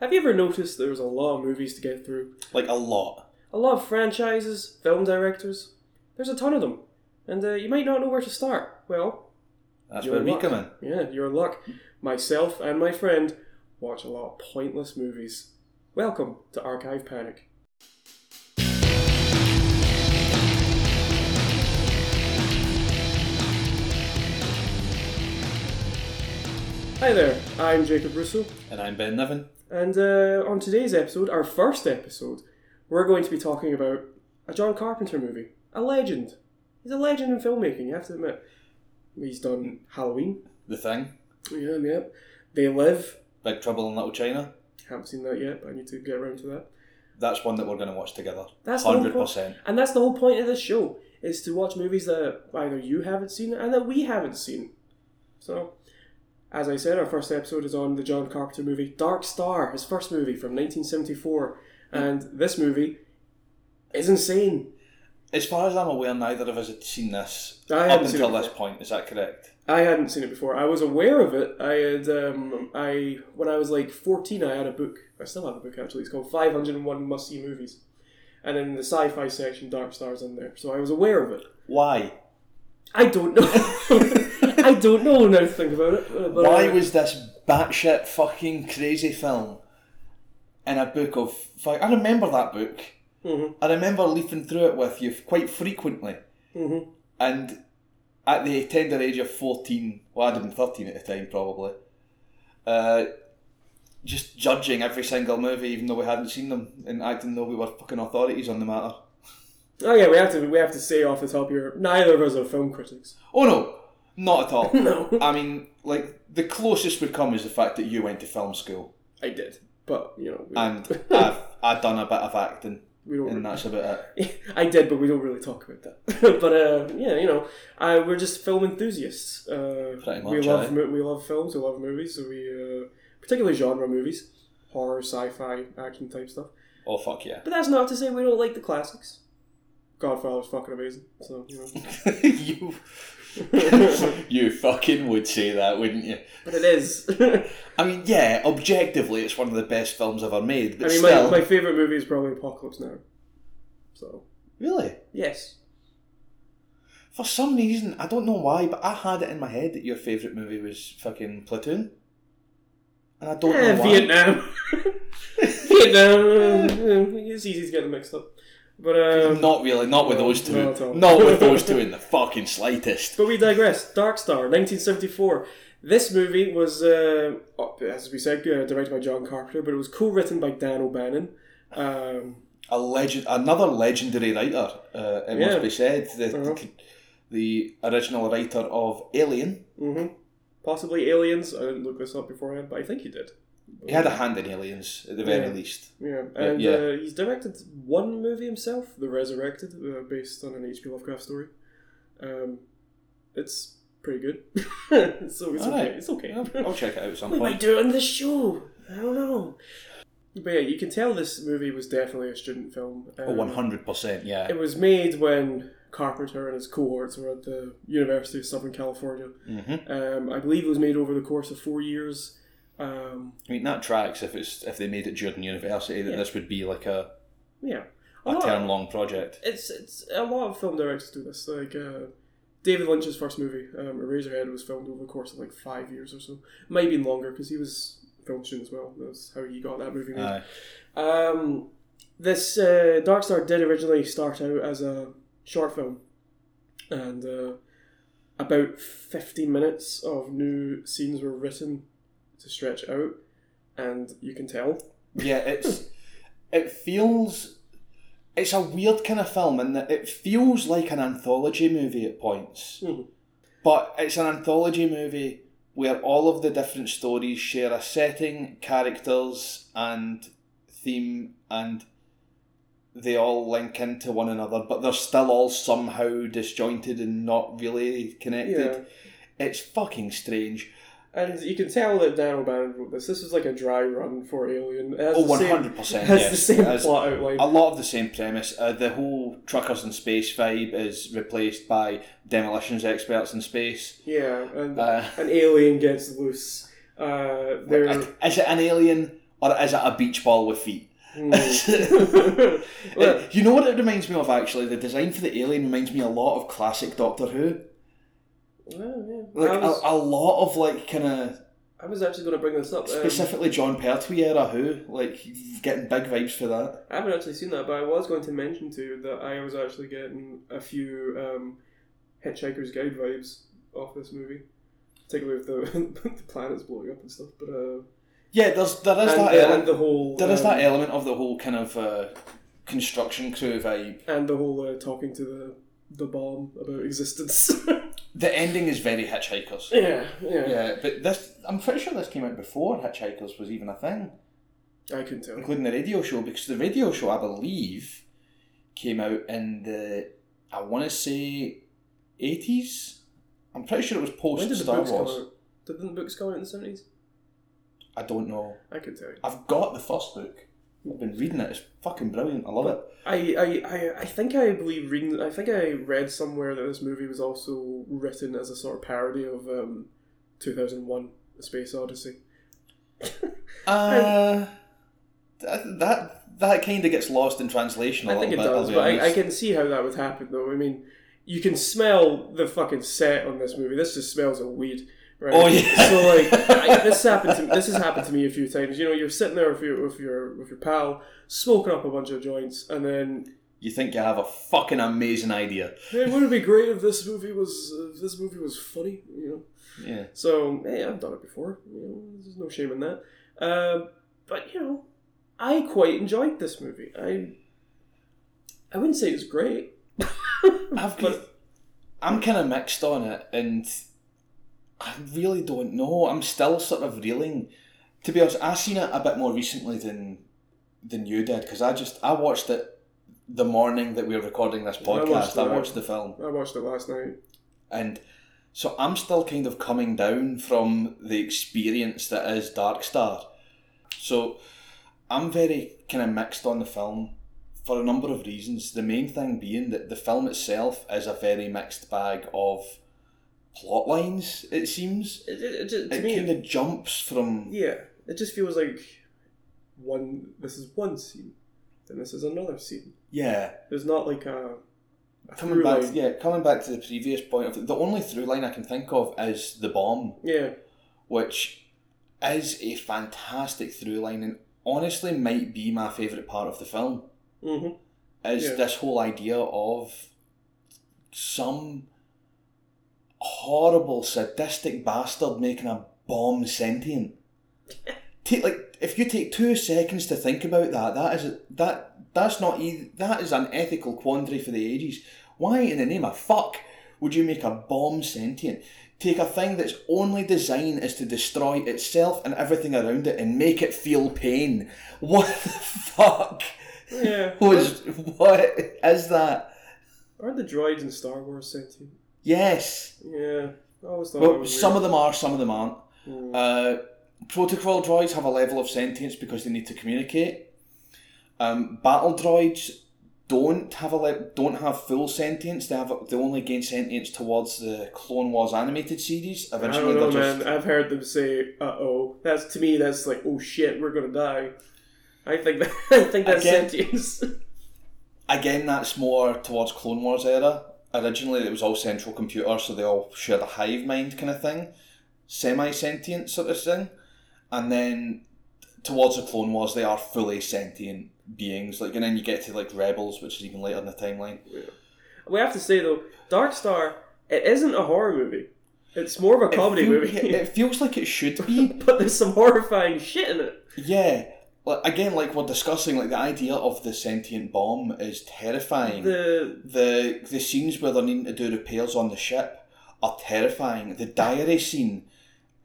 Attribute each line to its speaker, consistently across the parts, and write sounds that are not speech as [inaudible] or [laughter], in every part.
Speaker 1: Have you ever noticed there's a lot of movies to get through?
Speaker 2: Like a lot.
Speaker 1: A lot of franchises, film directors. There's a ton of them. And uh, you might not know where to start. Well,
Speaker 2: That's
Speaker 1: You're
Speaker 2: where we
Speaker 1: luck.
Speaker 2: come in.
Speaker 1: yeah, your luck. Myself and my friend watch a lot of pointless movies. Welcome to Archive Panic. Hi there, I'm Jacob Russo.
Speaker 2: And I'm Ben Niven.
Speaker 1: And uh, on today's episode, our first episode, we're going to be talking about a John Carpenter movie. A legend. He's a legend in filmmaking, you have to admit. He's done Halloween.
Speaker 2: The Thing.
Speaker 1: Yeah, yeah. They Live.
Speaker 2: Big Trouble in Little China.
Speaker 1: Haven't seen that yet, but I need to get around to that.
Speaker 2: That's one that we're going to watch together.
Speaker 1: That's the whole
Speaker 2: 100%. percent
Speaker 1: And that's the whole point of this show, is to watch movies that either you haven't seen and that we haven't seen. So, as I said, our first episode is on the John Carpenter movie Dark Star, his first movie from 1974. And this movie is insane.
Speaker 2: As far as I'm aware, neither of us had seen this
Speaker 1: I
Speaker 2: up
Speaker 1: haven't seen
Speaker 2: until
Speaker 1: it
Speaker 2: this point. Is that correct?
Speaker 1: I hadn't seen it before. I was aware of it. I had um, I when I was like fourteen, I had a book. I still have a book actually. It's called Five Hundred and One Must See Movies, and in the sci-fi section, Dark Star's in there. So I was aware of it.
Speaker 2: Why?
Speaker 1: I don't know. [laughs] I don't know now to think about it. uh, But,
Speaker 2: Why
Speaker 1: uh,
Speaker 2: was this batshit fucking crazy film in a book of. fi- I remember that book.
Speaker 1: Mhm.
Speaker 2: I remember leafing through it with you quite frequently.
Speaker 1: Mhm.
Speaker 2: And at the tender age of 14, well, I'd have been 13 at the time probably, uh, just judging every single movie, even though we hadn't seen them, and acting though we were fucking authorities on the matter.
Speaker 1: Oh yeah, we have to we have to say off the top here. Neither of us are film critics.
Speaker 2: Oh no, not at all.
Speaker 1: No,
Speaker 2: I mean, like, the closest we've come is the fact that you went to film school,
Speaker 1: I did, but you know, we,
Speaker 2: and
Speaker 1: [laughs]
Speaker 2: I've, I've done a bit of acting,
Speaker 1: we don't.
Speaker 2: and that's about it.
Speaker 1: [laughs] I did, but we don't really talk about that. [laughs] but uh, yeah, you know, I, we're just film enthusiasts. Uh,
Speaker 2: Pretty
Speaker 1: we
Speaker 2: much,
Speaker 1: love
Speaker 2: aye.
Speaker 1: mo- we love films, we love movies, so we uh, particularly genre movies, horror, sci-fi, action type stuff.
Speaker 2: Oh,
Speaker 1: [laughs]
Speaker 2: fuck yeah.
Speaker 1: But that's not to say we don't like the classics. Godfather's fucking amazing, so you know.
Speaker 2: you, [laughs] you fucking would say that, wouldn't you?
Speaker 1: [laughs] But it is. [laughs] I
Speaker 2: I mean, yeah, objectively, it's one of the best films ever made. But
Speaker 1: mean, my,
Speaker 2: still,
Speaker 1: my favorite movie is probably Apocalypse Now. So
Speaker 2: really,
Speaker 1: yes,
Speaker 2: for some reason, I don't know why, but I had it in my head that your favourite movie was fucking Platoon, and I don't
Speaker 1: Eh,
Speaker 2: know
Speaker 1: [laughs]
Speaker 2: why.
Speaker 1: Vietnam. Vietnam. Eh, it's easy to get them mixed up, but um,
Speaker 2: not really, not with
Speaker 1: no,
Speaker 2: those two,
Speaker 1: not at all.
Speaker 2: not, with those two in the fucking slightest.
Speaker 1: But we digress. Dark Star, 1974. This movie was, uh, as we said, uh, directed by John Carpenter, but it was co-written by Dan O'Bannon. Um,
Speaker 2: A legend, another legendary writer. Uh, it
Speaker 1: Yeah.
Speaker 2: must be said the,
Speaker 1: Uh-huh.
Speaker 2: the original writer of Alien.
Speaker 1: mhm. Possibly Aliens. I didn't look this up beforehand, but I think he did.
Speaker 2: He had a hand in Aliens at the very
Speaker 1: Yeah.
Speaker 2: least.
Speaker 1: Yeah, and
Speaker 2: yeah.
Speaker 1: Uh, he's directed one movie himself, The Resurrected, uh, based on an H.P. Lovecraft story. Um, it's pretty good. [laughs] so it's
Speaker 2: All
Speaker 1: okay.
Speaker 2: right.
Speaker 1: It's okay.
Speaker 2: Yeah, I'll check it out at some
Speaker 1: We might
Speaker 2: point.
Speaker 1: do it on this show. I don't know. But yeah, you can tell this movie was definitely a student film.
Speaker 2: Oh,
Speaker 1: Um,
Speaker 2: one hundred percent. Yeah.
Speaker 1: It was made when Carpenter and his cohorts were at the University of Southern California.
Speaker 2: hmm
Speaker 1: Um, I believe it was made over the course of four years. Um,
Speaker 2: I mean, that tracks if it's if they made it during university that
Speaker 1: Yeah.
Speaker 2: this would be like a,
Speaker 1: yeah, a
Speaker 2: a
Speaker 1: lot.
Speaker 2: term long project.
Speaker 1: it's it's a lot of film directors do this. Like uh, David Lynch's first movie, um, Eraserhead, was filmed over the course of like five years or so. Might have been longer because he was a film student as well. That's how he got that movie made.
Speaker 2: Aye.
Speaker 1: Um, this uh, Dark Star did originally start out as a short film, and uh, about fifty minutes of new scenes were written to stretch out, and you can tell.
Speaker 2: yeah, it's it feels it's a weird kind of film in that it feels like an anthology movie at points,
Speaker 1: Mhm.
Speaker 2: but it's an anthology movie where all of the different stories share a setting, characters, and theme, and they all link into one another, but they're still all somehow disjointed and not really connected.
Speaker 1: Yeah,
Speaker 2: It's fucking strange.
Speaker 1: and you can tell that Dan O'Bannon wrote this. This is like a dry run for Alien. It has
Speaker 2: Oh,
Speaker 1: the
Speaker 2: one
Speaker 1: same-
Speaker 2: hundred percent.
Speaker 1: It has the same plot outline.
Speaker 2: A lot of the same premise. Uh, the whole truckers in space vibe is replaced by demolitions experts in space.
Speaker 1: yeah, and
Speaker 2: Uh,
Speaker 1: an alien gets loose. Uh, they're
Speaker 2: is it an alien or is it a beach ball with feet? [laughs]
Speaker 1: Mm.
Speaker 2: Uh,
Speaker 1: [laughs] hmm. Well,
Speaker 2: you know what it reminds me of actually? The design for the alien reminds me a lot of classic Doctor Who.
Speaker 1: well, yeah.
Speaker 2: Like
Speaker 1: I, was,
Speaker 2: a, a lot of like kind of
Speaker 1: I was actually going to bring this up. Um,
Speaker 2: specifically John Pertwee era Who, like getting big vibes for that.
Speaker 1: I haven't actually seen that, but I was going to mention to you that I was actually getting a few um, Hitchhiker's Guide vibes off this movie, particularly with the, [laughs] the planets blowing up and stuff. But uh,
Speaker 2: Yeah, there's there is
Speaker 1: and,
Speaker 2: that
Speaker 1: the-
Speaker 2: element.
Speaker 1: and the whole
Speaker 2: There is
Speaker 1: um,
Speaker 2: that element of the whole kind of uh, construction crew vibe.
Speaker 1: and the whole uh, talking to the the bomb about existence. [laughs]
Speaker 2: The ending is very Hitchhikers.
Speaker 1: yeah, yeah,
Speaker 2: Yeah, but this I'm pretty sure this came out before Hitchhikers was even a thing,
Speaker 1: I couldn't tell.
Speaker 2: including the radio show because the radio show I believe came out in the I want to say 80s. I'm pretty sure it was post
Speaker 1: When did the
Speaker 2: Star
Speaker 1: books come
Speaker 2: Wars.
Speaker 1: out? Didn't the books come out in the seventies?
Speaker 2: I don't know.
Speaker 1: I could tell. You.
Speaker 2: I've got the first book. I've been reading it. It's fucking brilliant. I love it.
Speaker 1: I, I, I, I think I believe reading. I think I read somewhere that this movie was also written as a sort of parody of um, 2001: A Space Odyssey.
Speaker 2: Uh, that that, that kind of gets lost in translation a
Speaker 1: I
Speaker 2: little
Speaker 1: think it
Speaker 2: bit. I'll
Speaker 1: does,
Speaker 2: be
Speaker 1: but I, I
Speaker 2: honest.
Speaker 1: can see how that would happen though. I mean, you can smell the fucking set on this movie. This just smells of weed. Right?
Speaker 2: Oh, yeah.
Speaker 1: So like, I, this happened
Speaker 2: [laughs]
Speaker 1: to this has happened to me a few times. You know, you're sitting there with your with your with your pal, smoking up a bunch of joints, and then
Speaker 2: You think you have a fucking amazing idea.
Speaker 1: hey, wouldn't it be great if this movie was if this movie was funny? You know.
Speaker 2: Yeah.
Speaker 1: So hey, I've done it before. You know, there's no shame in that. Um, but you know, I quite enjoyed this movie. I I wouldn't say it's great.
Speaker 2: I've
Speaker 1: But-
Speaker 2: I'm kind of mixed on it, and I really don't know. I'm still sort of reeling. To be honest, I seen it a bit more recently than than you did because I just I watched it the morning that we were recording this
Speaker 1: I watched
Speaker 2: podcast.
Speaker 1: it,
Speaker 2: I
Speaker 1: right.
Speaker 2: watched the film,
Speaker 1: I watched it last night.
Speaker 2: and so I'm still kind of coming down from the experience that is Dark Star. So I'm very kind of mixed on the film for a number of reasons. The main thing being that the film itself is a very mixed bag of plot lines. It seems
Speaker 1: It, it, it just, to
Speaker 2: it
Speaker 1: me,
Speaker 2: kind of jumps from
Speaker 1: yeah, it just feels like one. This is one scene, then this is another scene.
Speaker 2: yeah.
Speaker 1: There's not like a, a
Speaker 2: Coming
Speaker 1: through
Speaker 2: back,
Speaker 1: line.
Speaker 2: yeah, coming back to the previous point of the only through line I can think of is the bomb.
Speaker 1: yeah,
Speaker 2: which is a fantastic through line and honestly might be my favourite part of the film
Speaker 1: hmm
Speaker 2: is
Speaker 1: Yeah.
Speaker 2: this whole idea of some horrible sadistic bastard making a bomb sentient take like if you take two seconds to think about that that is that that's not e- that is an ethical quandary for the ages why in the name of fuck would you make a bomb sentient take a thing that's only design is to destroy itself and everything around it and make it feel pain [laughs] what the fuck [laughs]
Speaker 1: yeah.
Speaker 2: was what is that?
Speaker 1: Aren't the droids in Star Wars sentient?
Speaker 2: Yes.
Speaker 1: Yeah, I always thought. that
Speaker 2: Well,
Speaker 1: was
Speaker 2: some
Speaker 1: weird.
Speaker 2: of them are, some of them aren't.
Speaker 1: Mm.
Speaker 2: Uh, protocol droids have a level of sentience because they need to communicate. Um, battle droids don't have a le- don't have full sentience. They have they only gain sentience towards the Clone Wars animated series.
Speaker 1: I
Speaker 2: Eventually,
Speaker 1: don't know,
Speaker 2: they're just
Speaker 1: man. I've heard them say, "Uh oh." That's to me. That's like, "Oh shit, we're gonna die." I think that. [laughs] I think that's
Speaker 2: Again-
Speaker 1: sentience.
Speaker 2: again that's more towards Clone Wars era. Originally, it was all central computer, so they all shared a hive mind kind of thing, semi sentient sort of thing, and then towards the Clone Wars, they are fully sentient beings. Like, and then you get to like Rebels, which is even later in the timeline.
Speaker 1: [laughs] we have to say though, Dark Star. It isn't a horror movie. It's more of a comedy
Speaker 2: it feel-
Speaker 1: movie.
Speaker 2: [laughs] It feels like it should be,
Speaker 1: [laughs] but there's some horrifying shit in it.
Speaker 2: yeah. Like, again, like we're discussing, like the idea of the sentient bomb is terrifying.
Speaker 1: The
Speaker 2: the the scenes where they're needing to do repairs on the ship are terrifying. The diary scene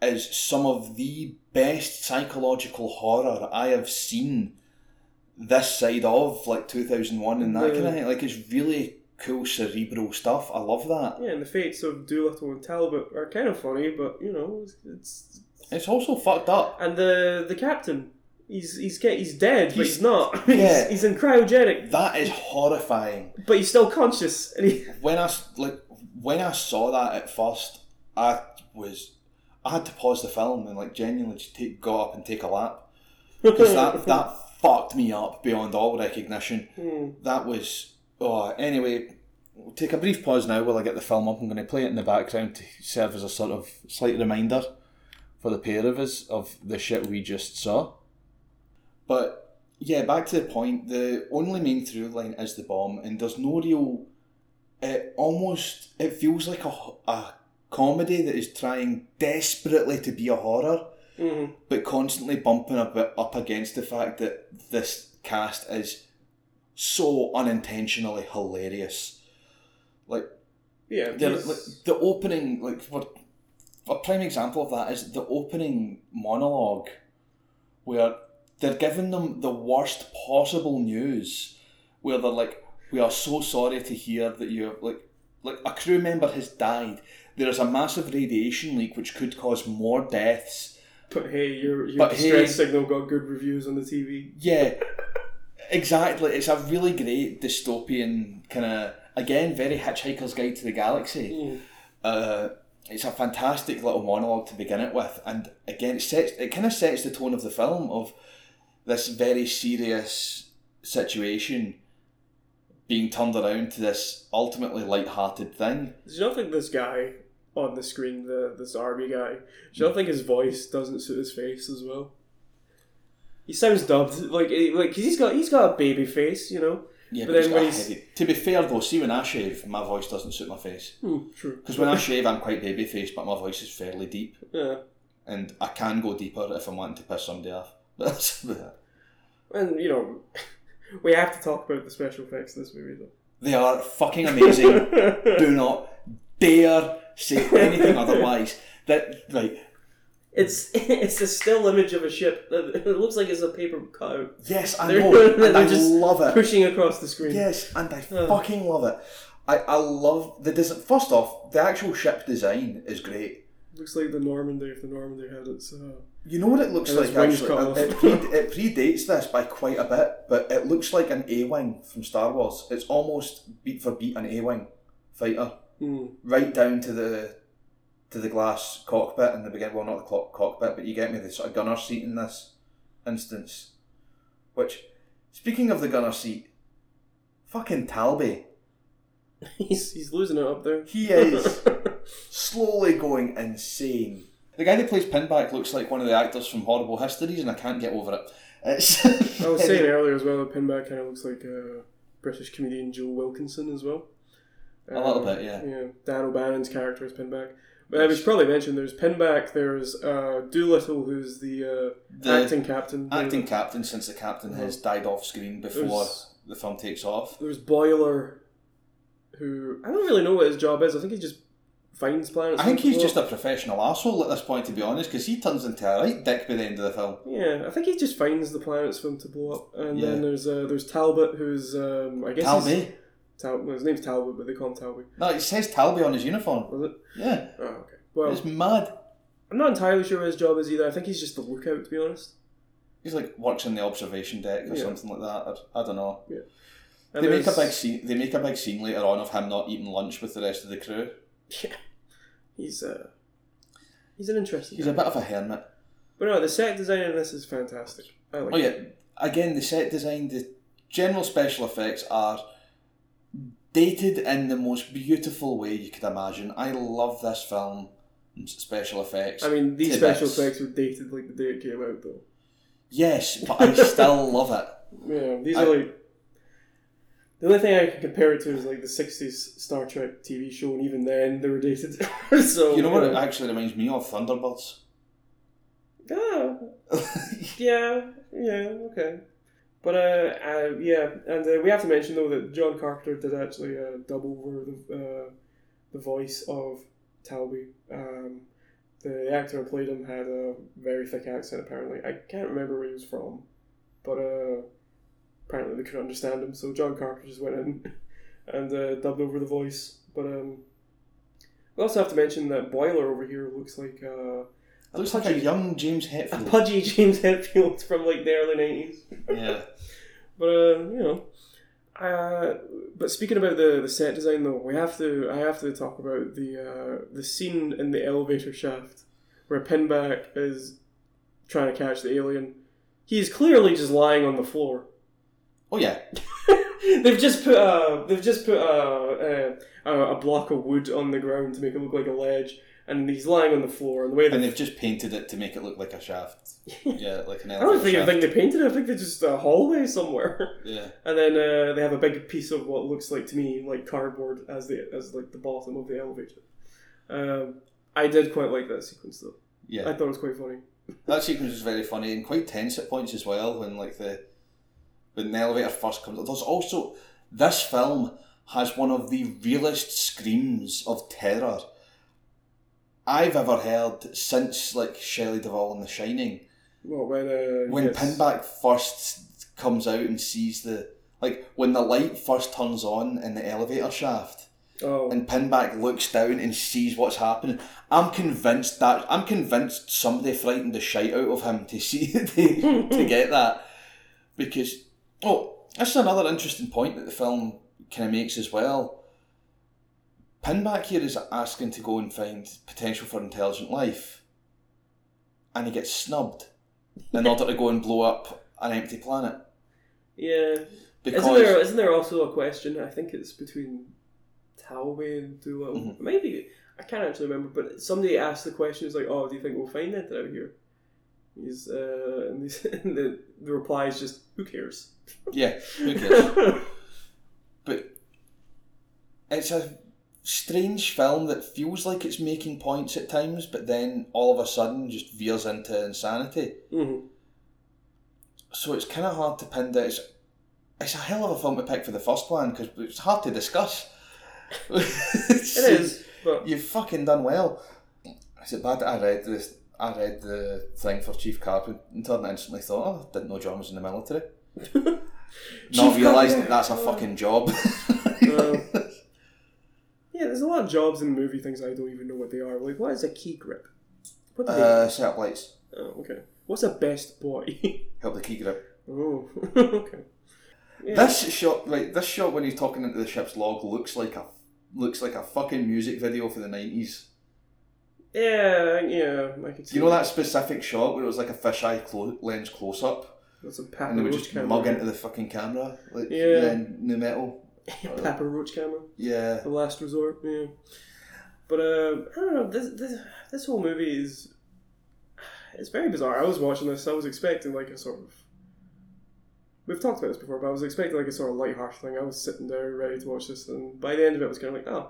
Speaker 2: is some of the best psychological horror I have seen this side of like two thousand one and that
Speaker 1: Yeah.
Speaker 2: kind of thing. Like it's really cool cerebral stuff. I love that.
Speaker 1: yeah, and the fates of Doolittle and Talbot are kind of funny, but you know, it's
Speaker 2: It's also fucked up.
Speaker 1: and the the captain. He's he's get, he's dead, but
Speaker 2: He's-
Speaker 1: he's not. [laughs]
Speaker 2: yeah.
Speaker 1: he's, he's in cryogenic,
Speaker 2: That is horrifying.
Speaker 1: but he's still conscious. [laughs] And he,
Speaker 2: when I s- like when I saw that at first, I was I had to pause the film and like genuinely just take got up and take a lap because that
Speaker 1: [laughs]
Speaker 2: that fucked me up beyond all recognition.
Speaker 1: Hmm.
Speaker 2: That was oh anyway. We'll take a brief pause now while I get the film up. I'm going to play it in the background to serve as a sort of slight reminder for the pair of us of the shit we just saw. But yeah, back to the point. The only main through line is the bomb, and there's no real. It almost it feels like a ho- a comedy that is trying desperately to be a horror
Speaker 1: Mhm.
Speaker 2: but constantly bumping a bit up against the fact that this cast is so unintentionally hilarious. Like
Speaker 1: Yeah.
Speaker 2: the,
Speaker 1: he's-
Speaker 2: like, the opening, like what a prime example of that is the opening monologue, where they're giving them the worst possible news, where they're like, "We are so sorry to hear that you have like." Like a crew member has died. There is a massive radiation leak which could cause more deaths.
Speaker 1: But hey, your your
Speaker 2: But
Speaker 1: distress
Speaker 2: hey-
Speaker 1: signal got good reviews on the TV.
Speaker 2: Yeah, exactly. It's a really great dystopian kind of again very Hitchhiker's Guide to the Galaxy.
Speaker 1: Mm.
Speaker 2: Uh, it's a fantastic little monologue to begin it with, and again it sets it kind of sets the tone of the film of this very serious situation being turned around to this ultimately light-hearted thing.
Speaker 1: Do you not think this guy on the screen, the this army guy, do
Speaker 2: Hmm.
Speaker 1: you not think his voice doesn't suit his face as well? He sounds dubbed, like eh, like 'cause he's got he's got a baby face, you know.
Speaker 2: Yeah,
Speaker 1: But
Speaker 2: but, it's
Speaker 1: then
Speaker 2: got
Speaker 1: when
Speaker 2: a
Speaker 1: he's-
Speaker 2: heavy- to be fair though, see when I shave, my voice doesn't suit my face
Speaker 1: Hmm, true.
Speaker 2: because when
Speaker 1: [laughs]
Speaker 2: I shave, I'm quite baby-faced, but my voice is fairly deep.
Speaker 1: Yeah,
Speaker 2: and I can go deeper if I'm wanting to piss somebody off. [laughs] But that's
Speaker 1: and you know, [laughs] we have to talk about the special effects in this movie
Speaker 2: they are fucking amazing.
Speaker 1: though.
Speaker 2: Do not dare say
Speaker 1: [laughs]
Speaker 2: anything otherwise. That like
Speaker 1: it's [laughs] it's a still image of a ship. [laughs] It looks like it's a paper cutout
Speaker 2: yes, I
Speaker 1: They're-
Speaker 2: know, and I
Speaker 1: [laughs] they're just
Speaker 2: love it.
Speaker 1: pushing across the screen.
Speaker 2: Yes, and I
Speaker 1: Ugh.
Speaker 2: fucking love it. I, I love the design. First off, the actual ship design is great.
Speaker 1: Looks like the Normandy if the Normandy had its. Uh,
Speaker 2: You know what it looks
Speaker 1: And
Speaker 2: like
Speaker 1: its wings
Speaker 2: actually.
Speaker 1: cut
Speaker 2: It, it,
Speaker 1: off.
Speaker 2: pre- it predates this by quite a bit, but it looks like an A wing from Star Wars. It's almost beat for beat an A wing fighter.
Speaker 1: hmm. [laughs]
Speaker 2: right down to the to the glass cockpit in the beginning. Well, not the clock cockpit, but you get me the sort of gunner seat in this instance. Which, speaking of the gunner seat, fucking Talby,
Speaker 1: He's, he's losing it up there.
Speaker 2: he is
Speaker 1: [laughs]
Speaker 2: slowly going insane. The guy that plays Pinback looks like one of the actors from Horrible Histories, and I can't get over it. It's
Speaker 1: I
Speaker 2: [laughs]
Speaker 1: was saying earlier as well that Pinback kind of looks like uh, British comedian Joel Wilkinson as well.
Speaker 2: A little bit, yeah.
Speaker 1: Yeah, Dan O'Bannon's character is Pinback. But I was probably mentioned there's Pinback, there's uh, Doolittle, who's the, uh,
Speaker 2: the acting,
Speaker 1: acting captain.
Speaker 2: captain since the captain has died off screen before
Speaker 1: There's-
Speaker 2: the film takes off.
Speaker 1: There's Boiler, who I don't really know what his job is. I think he just finds planets.
Speaker 2: I think he's just
Speaker 1: A-
Speaker 2: a professional asshole at this point, to be honest, because he turns into a right dick by the end of the film.
Speaker 1: yeah, I think he just finds the planets for him to blow up. And
Speaker 2: Yeah.
Speaker 1: then there's uh, there's Talbot, who's um, I guess he's-
Speaker 2: Talby.
Speaker 1: Tal- well, his name's Talbot, but they call him Talbot.
Speaker 2: No, it says Talby on his uniform.
Speaker 1: Was it?
Speaker 2: Yeah,
Speaker 1: Oh, okay. Well,
Speaker 2: it's mad.
Speaker 1: I'm not entirely sure what his job is either. I think he's just the lookout, to be honest.
Speaker 2: He's like works in the observation deck or
Speaker 1: Yeah.
Speaker 2: something like that. Or, I don't know.
Speaker 1: And
Speaker 2: they make a
Speaker 1: there's-
Speaker 2: big scene. They make a big scene later on of him not eating lunch with the rest of the crew.
Speaker 1: He's uh, he's an interesting.
Speaker 2: He's a
Speaker 1: guy.
Speaker 2: bit of a hermit.
Speaker 1: But no, the set design in this is fantastic. I like.
Speaker 2: Oh
Speaker 1: it.
Speaker 2: yeah. Again, the set design, the general special effects are dated in the most beautiful way you could imagine. I love this film. mm, Special effects.
Speaker 1: I mean, these
Speaker 2: Tidbits.
Speaker 1: special effects were dated like the day it came out, though.
Speaker 2: Yes, but I still love it.
Speaker 1: Yeah, these
Speaker 2: I-
Speaker 1: are like. The only thing I can compare it to is like the '60s Star Trek TV show, and even then they were dated. [laughs] [laughs] so uh,
Speaker 2: You know what it actually reminds me of? Thunderbirds.
Speaker 1: Oh, [laughs] yeah, yeah, okay. But uh, uh yeah, and uh, we have to mention though that John Carpenter did actually uh, dub over the uh, the voice of Talby. Um, the actor who played him had a very thick accent. Apparently, I can't remember where he was from, but uh, apparently they couldn't understand him. So John Carpenter just went in [laughs] and uh, dubbed over the voice. But um, we also have to mention that Boiler over here looks like uh,
Speaker 2: It looks like a young James
Speaker 1: [laughs]
Speaker 2: Hetfield.
Speaker 1: pudgy James Hetfield from like the early nineties.
Speaker 2: yeah.
Speaker 1: But uh, you know, uh, but speaking about the, the set design though, we have to I have to talk about the uh, the scene in the elevator shaft where Pinback is trying to catch the alien, He's clearly just lying on the floor. [laughs]
Speaker 2: Oh yeah,
Speaker 1: they've just put uh, they've just put uh, uh, a block of wood on the ground to make it look like a ledge, and he's lying on the floor. And the way
Speaker 2: and
Speaker 1: they,
Speaker 2: they've just painted it to make it look like a shaft.
Speaker 1: [laughs]
Speaker 2: Yeah, like an
Speaker 1: I don't
Speaker 2: elevator
Speaker 1: think I
Speaker 2: shaft.
Speaker 1: think they painted it. I think they're just a hallway somewhere. [laughs]
Speaker 2: Yeah,
Speaker 1: And then uh, they have a big piece of what looks like to me like cardboard as the as like the bottom of the elevator. Um, I did quite like that sequence though.
Speaker 2: yeah.
Speaker 1: I thought it was quite funny.
Speaker 2: That sequence was very funny and quite tense at points as well when like the when the elevator first comes. There's also this film has one of the realest screams of terror I've ever heard since like Shelley Duvall in The Shining.
Speaker 1: Well, when uh,
Speaker 2: When
Speaker 1: yes.
Speaker 2: Pinback first comes out and sees the like when the light first turns on in the elevator shaft
Speaker 1: oh
Speaker 2: and Pinback looks down and sees what's happening. I'm convinced that I'm convinced somebody frightened the shite out of him to [laughs] see to,
Speaker 1: [laughs]
Speaker 2: to get that because oh, this is another interesting point that the film kind of makes as well. Pinback here is asking to go and find potential for intelligent life, and he gets snubbed
Speaker 1: [laughs]
Speaker 2: in order to go and blow up an empty planet
Speaker 1: yeah,
Speaker 2: because
Speaker 1: isn't there isn't there also a question? I think it's between Talbot and Doolittle.
Speaker 2: Mhm.
Speaker 1: Maybe I can't actually remember, but somebody asked the question. It's like, oh, do you think we'll find it out here? He's uh, and, he's, [laughs] and the the reply is just, who cares?
Speaker 2: yeah, who cares?
Speaker 1: [laughs]
Speaker 2: but it's a strange film that feels like it's making points at times, but then all of a sudden just veers into insanity.
Speaker 1: Mhm.
Speaker 2: So it's kind of hard to pin down. It's, it's a hell of a film to pick for the first one because it's hard to discuss.
Speaker 1: [laughs] It is, but
Speaker 2: You've fucking done well. Is it bad that I read this? I read the thing for Chief Carpenter and instantly thought, oh, I didn't know John was in the military.
Speaker 1: [laughs]
Speaker 2: Not
Speaker 1: Chief
Speaker 2: realised
Speaker 1: Carpenter.
Speaker 2: that that's a
Speaker 1: [laughs]
Speaker 2: fucking job. [laughs]
Speaker 1: Um, yeah, there's a lot of jobs in movie things I don't even know what they are. Like, what is a key grip? What do they?
Speaker 2: uh, set up lights.
Speaker 1: oh, okay. What's a best boy? [laughs]
Speaker 2: help the key grip.
Speaker 1: oh, [laughs] okay. Yeah.
Speaker 2: This shot, right, this shot when he's talking into the ship's log looks like a looks like a fucking music video for the nineties.
Speaker 1: Yeah, yeah, I could see.
Speaker 2: You know that specific shot where it was like a fisheye clo- lens close up,
Speaker 1: That's a
Speaker 2: and
Speaker 1: Papa
Speaker 2: they would
Speaker 1: Roach
Speaker 2: just
Speaker 1: camera.
Speaker 2: mug
Speaker 1: [laughs]
Speaker 2: into the fucking camera, like
Speaker 1: Yeah.
Speaker 2: yeah, new metal.
Speaker 1: Papa Roach camera,
Speaker 2: Yeah,
Speaker 1: the last resort. Yeah, but um, I don't know. This this this whole movie is it's very bizarre. I was watching this. I was expecting like a sort of we've talked about this before, but I was expecting like a sort of light-hearted thing. I was sitting there ready to watch this, and by the end of it, I was kind of like, oh,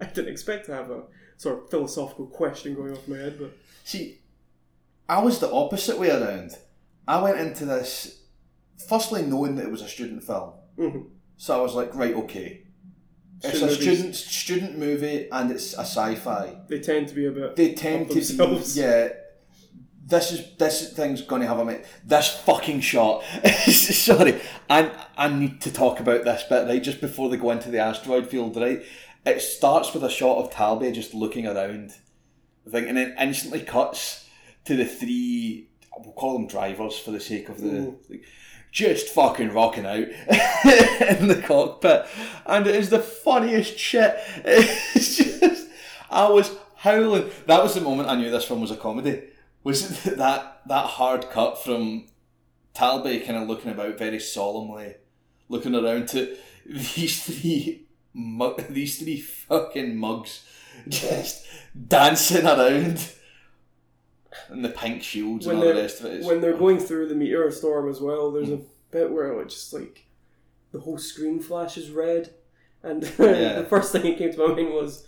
Speaker 1: I didn't expect to have a sort of philosophical question going off my head, but
Speaker 2: see, I was the opposite way around. I went into this firstly knowing that it was a student film,
Speaker 1: Mhm.
Speaker 2: so I was like, right, okay, it's
Speaker 1: Student
Speaker 2: a
Speaker 1: movies.
Speaker 2: student student movie and it's a sci-fi.
Speaker 1: they tend to be a bit.
Speaker 2: they tend
Speaker 1: of
Speaker 2: to
Speaker 1: themselves.
Speaker 2: be yeah this is this thing's going to have a minute. This fucking shot. [laughs] Sorry, I I need to talk about this bit right just before they go into the asteroid field. Right, it starts with a shot of Talbot just looking around, I think, and then instantly cuts to the three. We'll call them drivers for the sake of the. just fucking rocking out [laughs] in the cockpit, and it is the funniest shit. [laughs] It's just, I was howling. That was the moment I knew this film was a comedy. Was it [laughs] that that hard cut from Talbot kind of looking about very solemnly, looking around to [laughs] these three mu- [laughs] these three fucking mugs [laughs] just dancing around, and the pink shields
Speaker 1: When
Speaker 2: and all the
Speaker 1: they're-
Speaker 2: rest of it. It's-
Speaker 1: when they're going through the meteor storm as well, there's a bit where it just like the whole screen flashes red, and [laughs]
Speaker 2: Yeah.
Speaker 1: the first thing that came to my mind was,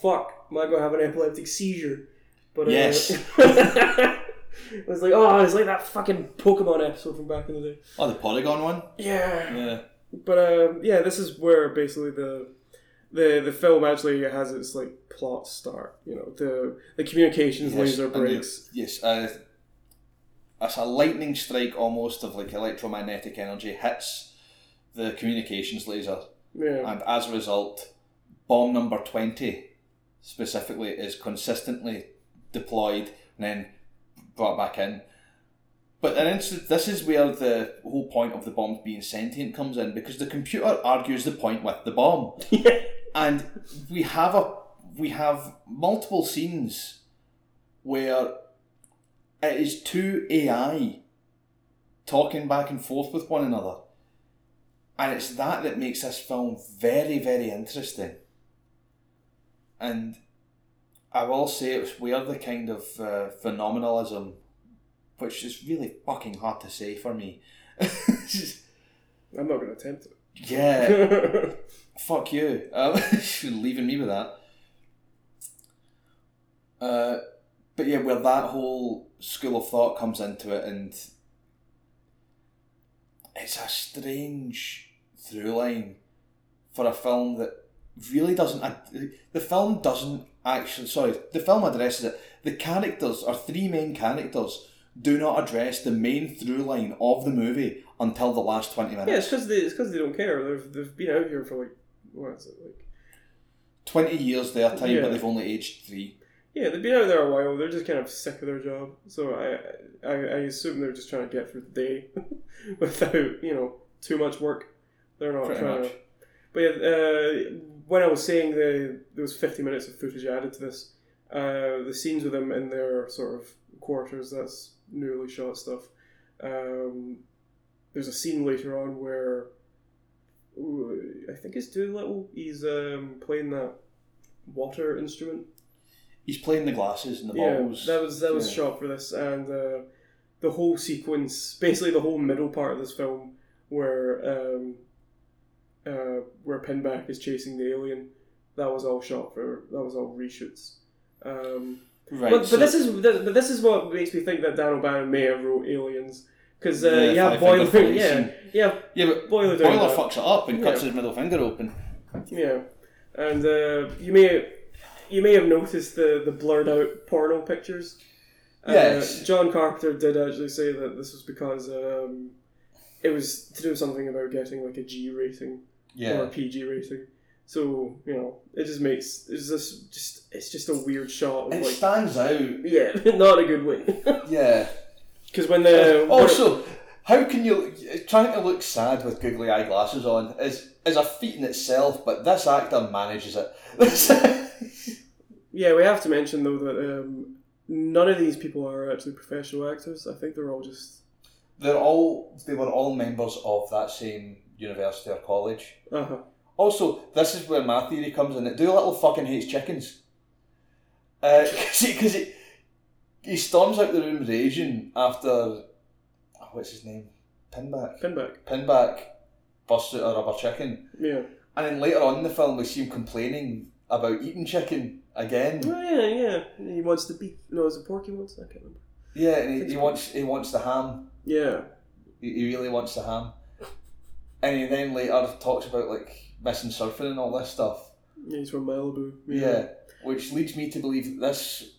Speaker 1: "Fuck, am I gonna have an epileptic seizure?" But
Speaker 2: Yes.
Speaker 1: uh, [laughs] it was like, oh, it's like that fucking Pokemon episode from back in the day.
Speaker 2: oh, the Polygon one.
Speaker 1: Yeah,
Speaker 2: Yeah.
Speaker 1: but um, yeah, this is where basically the. The, the film actually has its like plot start, you know. The the communications
Speaker 2: Yes,
Speaker 1: laser
Speaker 2: and the-
Speaker 1: breaks.
Speaker 2: Yes, uh, it's a lightning strike almost of like electromagnetic energy hits the communications laser,
Speaker 1: Yeah.
Speaker 2: and as a result, bomb number twenty specifically is consistently deployed and then brought back in. But an instance, this is where the whole point of the bombs being sentient comes in because the computer argues the point with the bomb
Speaker 1: [laughs] yeah.
Speaker 2: and we have a we have multiple scenes where it is two AI talking back and forth with one another. And it's that that makes this film very, very interesting. And I will say it was weird the kind of uh, phenomenalism, which is really fucking hard to say for me. [laughs]
Speaker 1: I'm not going to attempt it.
Speaker 2: yeah, Eh.
Speaker 1: [laughs]
Speaker 2: fuck you. Um, [laughs] you're leaving me with that. Uh, but yeah, where that whole school of thought comes into it, and it's a strange through line for a film that really doesn't. ad- The film doesn't actually. Sorry, the film addresses it. The characters, our three main characters, do not address the main through line of the movie until the last 20 minutes.
Speaker 1: yeah, it's because they, it's 'cause they don't care. They've, they've been out here for like, what is it, like,
Speaker 2: 20 years their time,
Speaker 1: Yeah.
Speaker 2: but they've only aged three.
Speaker 1: yeah, they've been out there a while. They're just kind of sick of their job. So I, I, I assume they're just trying to get through the day [laughs] without, you know, too much work. They're not
Speaker 2: Pretty
Speaker 1: trying
Speaker 2: much.
Speaker 1: to. But yeah, uh, when I was saying the there was fifty minutes of footage added to this, uh, the scenes with them in their sort of quarters, that's newly shot stuff. Um, there's a scene later on where ooh, I think it's Doolittle. He's um, playing that water instrument.
Speaker 2: He's playing the glasses and the
Speaker 1: Yeah,
Speaker 2: balls.
Speaker 1: that was that was
Speaker 2: Yeah.
Speaker 1: shot for this, and uh, the whole sequence, basically the whole middle part of this film, where um, uh, where Pinback is chasing the alien, that was all shot for. That was all reshoots. Um,
Speaker 2: Right,
Speaker 1: but, but
Speaker 2: so-
Speaker 1: this is but this is what makes me think that Dan O'Bannon may have wrote Aliens because uh,
Speaker 2: Yeah,
Speaker 1: you have
Speaker 2: Five
Speaker 1: Boiler, [laughs]
Speaker 2: Finger Flames
Speaker 1: yeah,
Speaker 2: and-
Speaker 1: yeah,
Speaker 2: yeah, but
Speaker 1: Boiler doing
Speaker 2: Boiler
Speaker 1: that.
Speaker 2: fucks it up and cuts
Speaker 1: Yeah.
Speaker 2: his middle finger open.
Speaker 1: Yeah, and uh, you may you may have noticed the the blurred out porno pictures. Uh,
Speaker 2: Yes.
Speaker 1: John Carpenter did actually say that this was because um, it was to do something about getting like a G rating or a PG rating. So you know, it just makes it's just just it's just a weird shot. Of,
Speaker 2: It
Speaker 1: like,
Speaker 2: stands out.
Speaker 1: yeah, [laughs] not a good way. [laughs]
Speaker 2: Yeah.
Speaker 1: Because when the
Speaker 2: also, how can you trying to look sad with googly eye glasses on is is a feat in itself, but this actor manages it. [laughs]
Speaker 1: Yeah, we have to mention though that um, none of these people are actually professional actors. I think they're all just
Speaker 2: They're all they were all members of that same university or college.
Speaker 1: uh huh.
Speaker 2: Also, this is where my theory comes in. That Doolittle fucking hates chickens. Because he, [laughs] 'cause he, he storms out the room raging after, oh, what's his name? Pinback.
Speaker 1: Pinback.
Speaker 2: Pinback busts out a rubber chicken.
Speaker 1: Yeah.
Speaker 2: And then later on in the film, we see him complaining about eating chicken again.
Speaker 1: Oh, yeah, yeah. He wants the beef. No, is it pork he wants? I can't remember.
Speaker 2: Yeah, and he, he wants he wants the ham.
Speaker 1: Yeah.
Speaker 2: He, he really wants the ham. And he then later talks about like missing surfing and all this stuff.
Speaker 1: yeah he's from Malibu.
Speaker 2: Yeah, which leads me to believe that this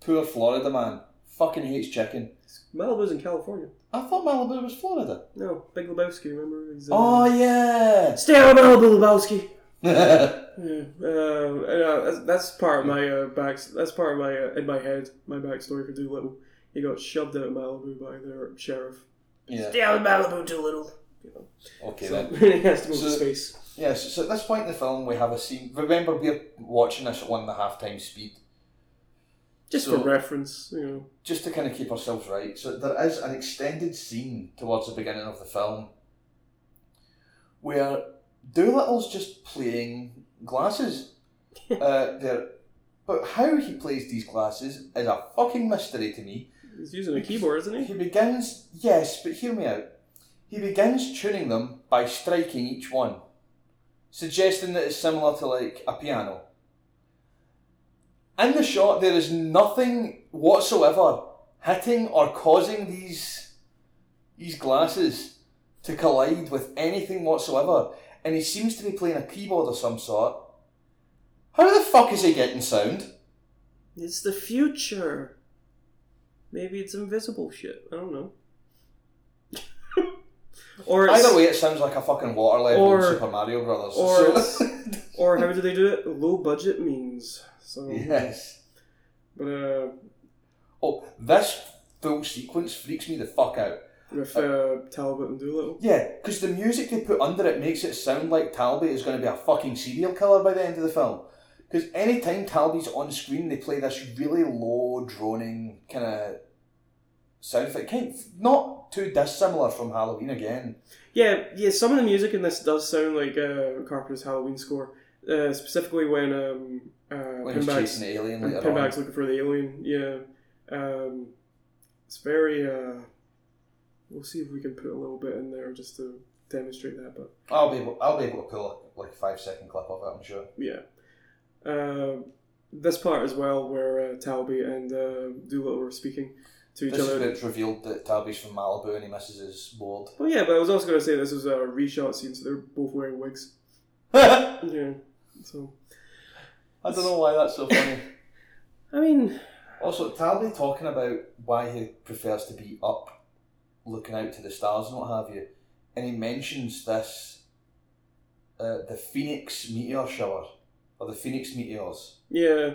Speaker 2: poor Florida man fucking hates chicken.
Speaker 1: Malibu's in California.
Speaker 2: I thought Malibu was Florida.
Speaker 1: No, Big Lebowski, remember? He's, uh,
Speaker 2: Oh yeah.
Speaker 1: Stay out of Malibu, Lebowski!
Speaker 2: [laughs] yeah,
Speaker 1: Yeah. Uh, and, uh, that's, that's part of my uh, back. That's part of my uh, in my head. My backstory for Doolittle. He got shoved out of Malibu by their sheriff. Stay out of Malibu, Doolittle.
Speaker 2: Okay
Speaker 1: So,
Speaker 2: then.
Speaker 1: [laughs] he has to move
Speaker 2: So-
Speaker 1: to space.
Speaker 2: Yeah, so, so at this point in the film we have a scene remember we're watching this at one and a half times speed.
Speaker 1: Just
Speaker 2: so-
Speaker 1: for reference, you know.
Speaker 2: Just to kind of keep ourselves right. So there is an extended scene towards the beginning of the film where Doolittle's just playing glasses. uh, there, but how he plays these glasses is a fucking mystery to me.
Speaker 1: He's using a keyboard, isn't
Speaker 2: He
Speaker 1: he?
Speaker 2: begins, yes, but hear me out. He begins tuning them by striking each one, suggesting that it's similar to like a piano. In the shot, there is nothing whatsoever hitting or causing these these glasses to collide with anything whatsoever, and he seems to be playing a keyboard of some sort. How the fuck is he getting sound?
Speaker 1: It's the future. Maybe it's invisible shit. I don't know. [laughs] or it's-
Speaker 2: Either way, it sounds like a fucking water level in
Speaker 1: Or-
Speaker 2: Super Mario Brothers.
Speaker 1: or
Speaker 2: So- [laughs]
Speaker 1: it's- Or how do they do it? Low budget means. So
Speaker 2: Yes.
Speaker 1: but uh
Speaker 2: Oh, this full sequence freaks me the fuck out.
Speaker 1: with uh, Talbot and Doolittle.
Speaker 2: Yeah, because the music they put under it makes it sound like Talby is going to be a fucking serial killer by the end of the film. Because any time Talby's on screen, they play this really low, droning kind of sound effect. Kind of not too dissimilar from Halloween again.
Speaker 1: Yeah, yeah. Some of the music in this does sound like uh, Carpenter's Halloween score, uh, specifically when um, uh,
Speaker 2: When he's
Speaker 1: Pinback's,
Speaker 2: chasing the alien later on.
Speaker 1: Pinback's looking for the alien. Yeah, um, it's very. Uh, we'll see if we can put a little bit in there just to demonstrate that. But
Speaker 2: I'll be able, I'll be able to pull like a five second clip of it. I'm sure.
Speaker 1: yeah, uh, this part as well where uh, Talby and uh, Doolittle were speaking to each
Speaker 2: This is
Speaker 1: other.
Speaker 2: where it's revealed that Talby's from Malibu and he misses his ward.
Speaker 1: Well, yeah, but I was also going to say this was a reshot scene, so they're both wearing wigs.
Speaker 2: [laughs] I
Speaker 1: Yeah, so
Speaker 2: don't know why that's so funny.
Speaker 1: I mean,
Speaker 2: Also, Talby talking about why he prefers to be up, looking out to the stars and what have you, and he mentions this, uh, the Phoenix meteor shower, or the Phoenix meteors.
Speaker 1: yeah,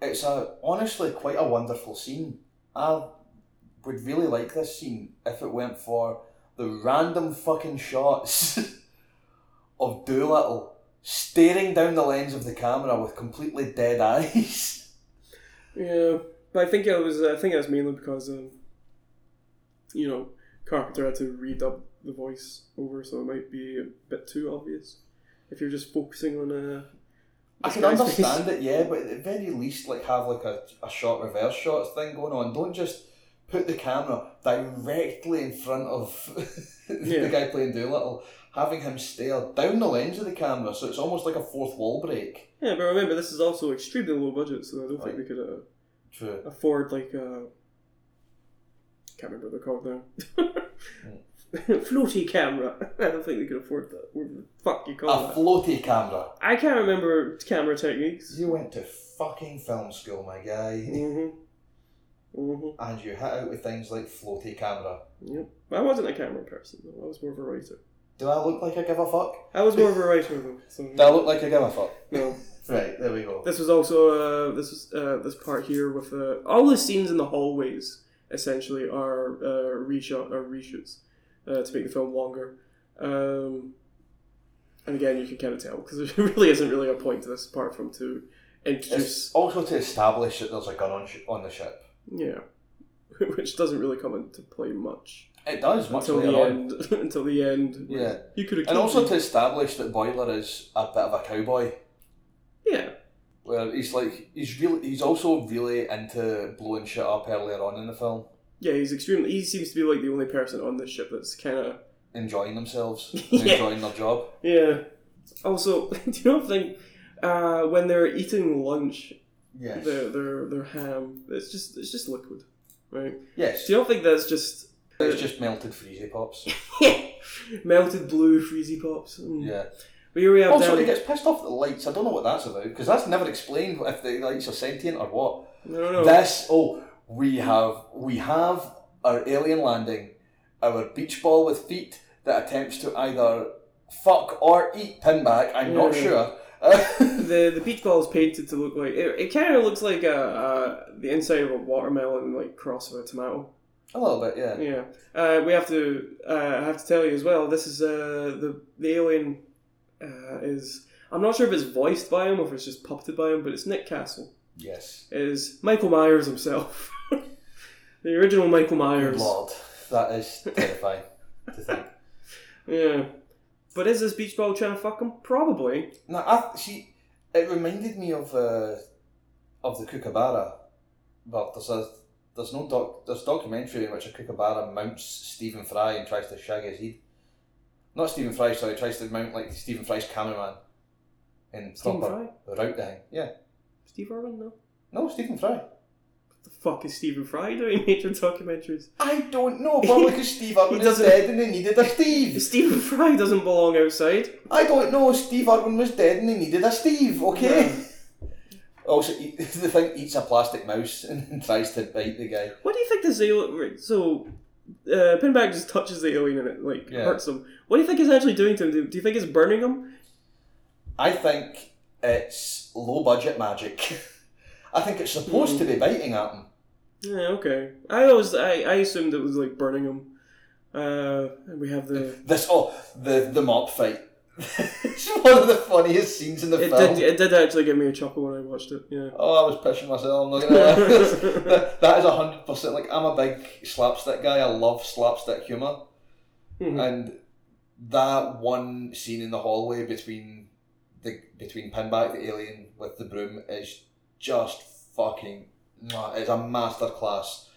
Speaker 2: It's a honestly quite a wonderful scene. I would really like this scene if it went for the random fucking shots [laughs] of Doolittle staring down the lens of the camera with completely dead [laughs] eyes.
Speaker 1: yeah. But I think it was I think it was mainly because um, you know Carpenter had to redub the voice over, so it might be a bit too obvious if you're just focusing on uh, a.
Speaker 2: I can
Speaker 1: guy's
Speaker 2: understand it, yeah, but at the very least, like have like a, a short reverse shots thing going on. Don't just put the camera directly in front of [laughs]
Speaker 1: Yeah.
Speaker 2: the guy playing Doolittle, having him stare down the lens of the camera, so it's almost like a fourth wall break.
Speaker 1: [laughs] Yeah, but remember this is also extremely low budget, so I don't think
Speaker 2: Right.
Speaker 1: they could uh,
Speaker 2: True.
Speaker 1: afford like uh, can't remember what they're called now. [laughs] Floaty camera. [laughs] I don't think they could afford that. What the fuck you
Speaker 2: A
Speaker 1: call that?
Speaker 2: floaty camera.
Speaker 1: I can't remember camera techniques.
Speaker 2: [laughs] You went to fucking film school, my guy,
Speaker 1: Mhm. Mhm.
Speaker 2: and you hit out with things like floaty camera.
Speaker 1: Yep. But I wasn't a camera person though. I was more of a writer.
Speaker 2: Do I look like I give a fuck?
Speaker 1: I was more of a writer though.
Speaker 2: Do I
Speaker 1: [laughs] So
Speaker 2: look like I give a fuck?
Speaker 1: no.
Speaker 2: Right, there we go.
Speaker 1: This was also uh, this was, uh, this part here with uh, all the scenes in the hallways essentially are uh, reshot or reshoots uh, to make the film longer. Um, and again, you can kind of tell [laughs] because there really isn't really a point to this apart from to
Speaker 2: It's
Speaker 1: introduce
Speaker 2: also to establish that there's a gun on, sh- on the ship.
Speaker 1: yeah, [laughs] which doesn't really come into play much.
Speaker 2: It does much
Speaker 1: until
Speaker 2: later
Speaker 1: the
Speaker 2: on.
Speaker 1: end. [laughs] until the end.
Speaker 2: Yeah,
Speaker 1: You could have.
Speaker 2: and also to establish that Boiler is a bit of a cowboy,
Speaker 1: yeah,
Speaker 2: where he's like he's really he's also really into blowing shit up earlier on in the film,
Speaker 1: yeah. He's extremely. He seems to be like the only person on this ship that's kind of [laughs]
Speaker 2: enjoying themselves, and
Speaker 1: Yeah.
Speaker 2: enjoying their job.
Speaker 1: yeah. Also, [laughs] do you not think uh, when they're eating lunch,
Speaker 2: Yes,
Speaker 1: their their their ham, it's just it's just liquid, right?
Speaker 2: yes,
Speaker 1: Do you not think that's
Speaker 2: [laughs]
Speaker 1: just
Speaker 2: it's just melted
Speaker 1: [laughs]
Speaker 2: freezy pops.
Speaker 1: melted blue freezy pops? Mm.
Speaker 2: yeah.
Speaker 1: But here we have
Speaker 2: Also, he
Speaker 1: Danny.
Speaker 2: gets pissed off at the lights. I don't know what that's about because that's never explained if the lights are sentient or what.
Speaker 1: No, no, no.
Speaker 2: This oh we have we have our alien landing, our beach ball with feet that attempts to either fuck or eat pinback. I'm not
Speaker 1: Yeah.
Speaker 2: sure. [laughs]
Speaker 1: the the beach ball is painted to look like it. It kind of looks like a, uh the inside of a watermelon, like cross with a tomato.
Speaker 2: a little bit, yeah.
Speaker 1: Yeah, uh, we have to. Uh, I have to tell you as well. This is uh, the the alien uh, is. I'm not sure if it's voiced by him or if it's just puppeted by him, but it's Nick Castle.
Speaker 2: Yes.
Speaker 1: It is Michael Myers himself, [laughs] the original Michael
Speaker 2: Good
Speaker 1: Myers.
Speaker 2: lord, that is terrifying to think.
Speaker 1: Yeah, but is this beach ball trying to fuck him? Probably.
Speaker 2: No, I see. It reminded me of uh, of the Kookaburra, but there's a there's no doc there's a documentary in which a Kookaburra mounts Stephen Fry and tries to shag his head. Not Stephen Fry, sorry, tries to mount like Stephen Fry's cameraman. In
Speaker 1: Stephen
Speaker 2: proper route thing. Yeah.
Speaker 1: Steve Irwin, no. What
Speaker 2: No, Stephen Fry.
Speaker 1: the fuck is Stephen Fry doing nature documentaries?
Speaker 2: I don't know,
Speaker 1: [laughs]
Speaker 2: probably because Steve
Speaker 1: He
Speaker 2: Irwin is
Speaker 1: doesn't-
Speaker 2: dead and they needed a Steve.
Speaker 1: Stephen Fry doesn't belong outside.
Speaker 2: I don't know. Steve Irwin was dead and they needed a Steve, okay? [laughs] Also, he, [laughs] the thing eats a plastic mouse [laughs] and tries to bite the guy.
Speaker 1: What do you think this alien? right, So, uh, Pinback just touches the alien and it like
Speaker 2: Yeah.
Speaker 1: hurts him. What do you think it's actually doing to him? Do, do you think it's burning him?
Speaker 2: I think it's low
Speaker 3: [laughs]
Speaker 2: budget magic. I think it's supposed
Speaker 1: Hmm.
Speaker 2: to be biting at him.
Speaker 1: Yeah, okay. I always I, I assumed it was like burning him. Uh, and we have the
Speaker 2: This oh the the mob fight.
Speaker 3: [laughs] it's one of the funniest scenes in the
Speaker 1: It
Speaker 3: film.
Speaker 1: did, it did actually give me a chuckle when I watched it, yeah. [laughs]
Speaker 3: Oh, I was pissing myself. I'm not gonna lie. That- that is hundred percent. Like I'm a big slapstick guy. I love slapstick humor,
Speaker 1: Mhm.
Speaker 3: and that one scene in the hallway between the between Pinback the alien with the broom is just fucking. mwah, It's a masterclass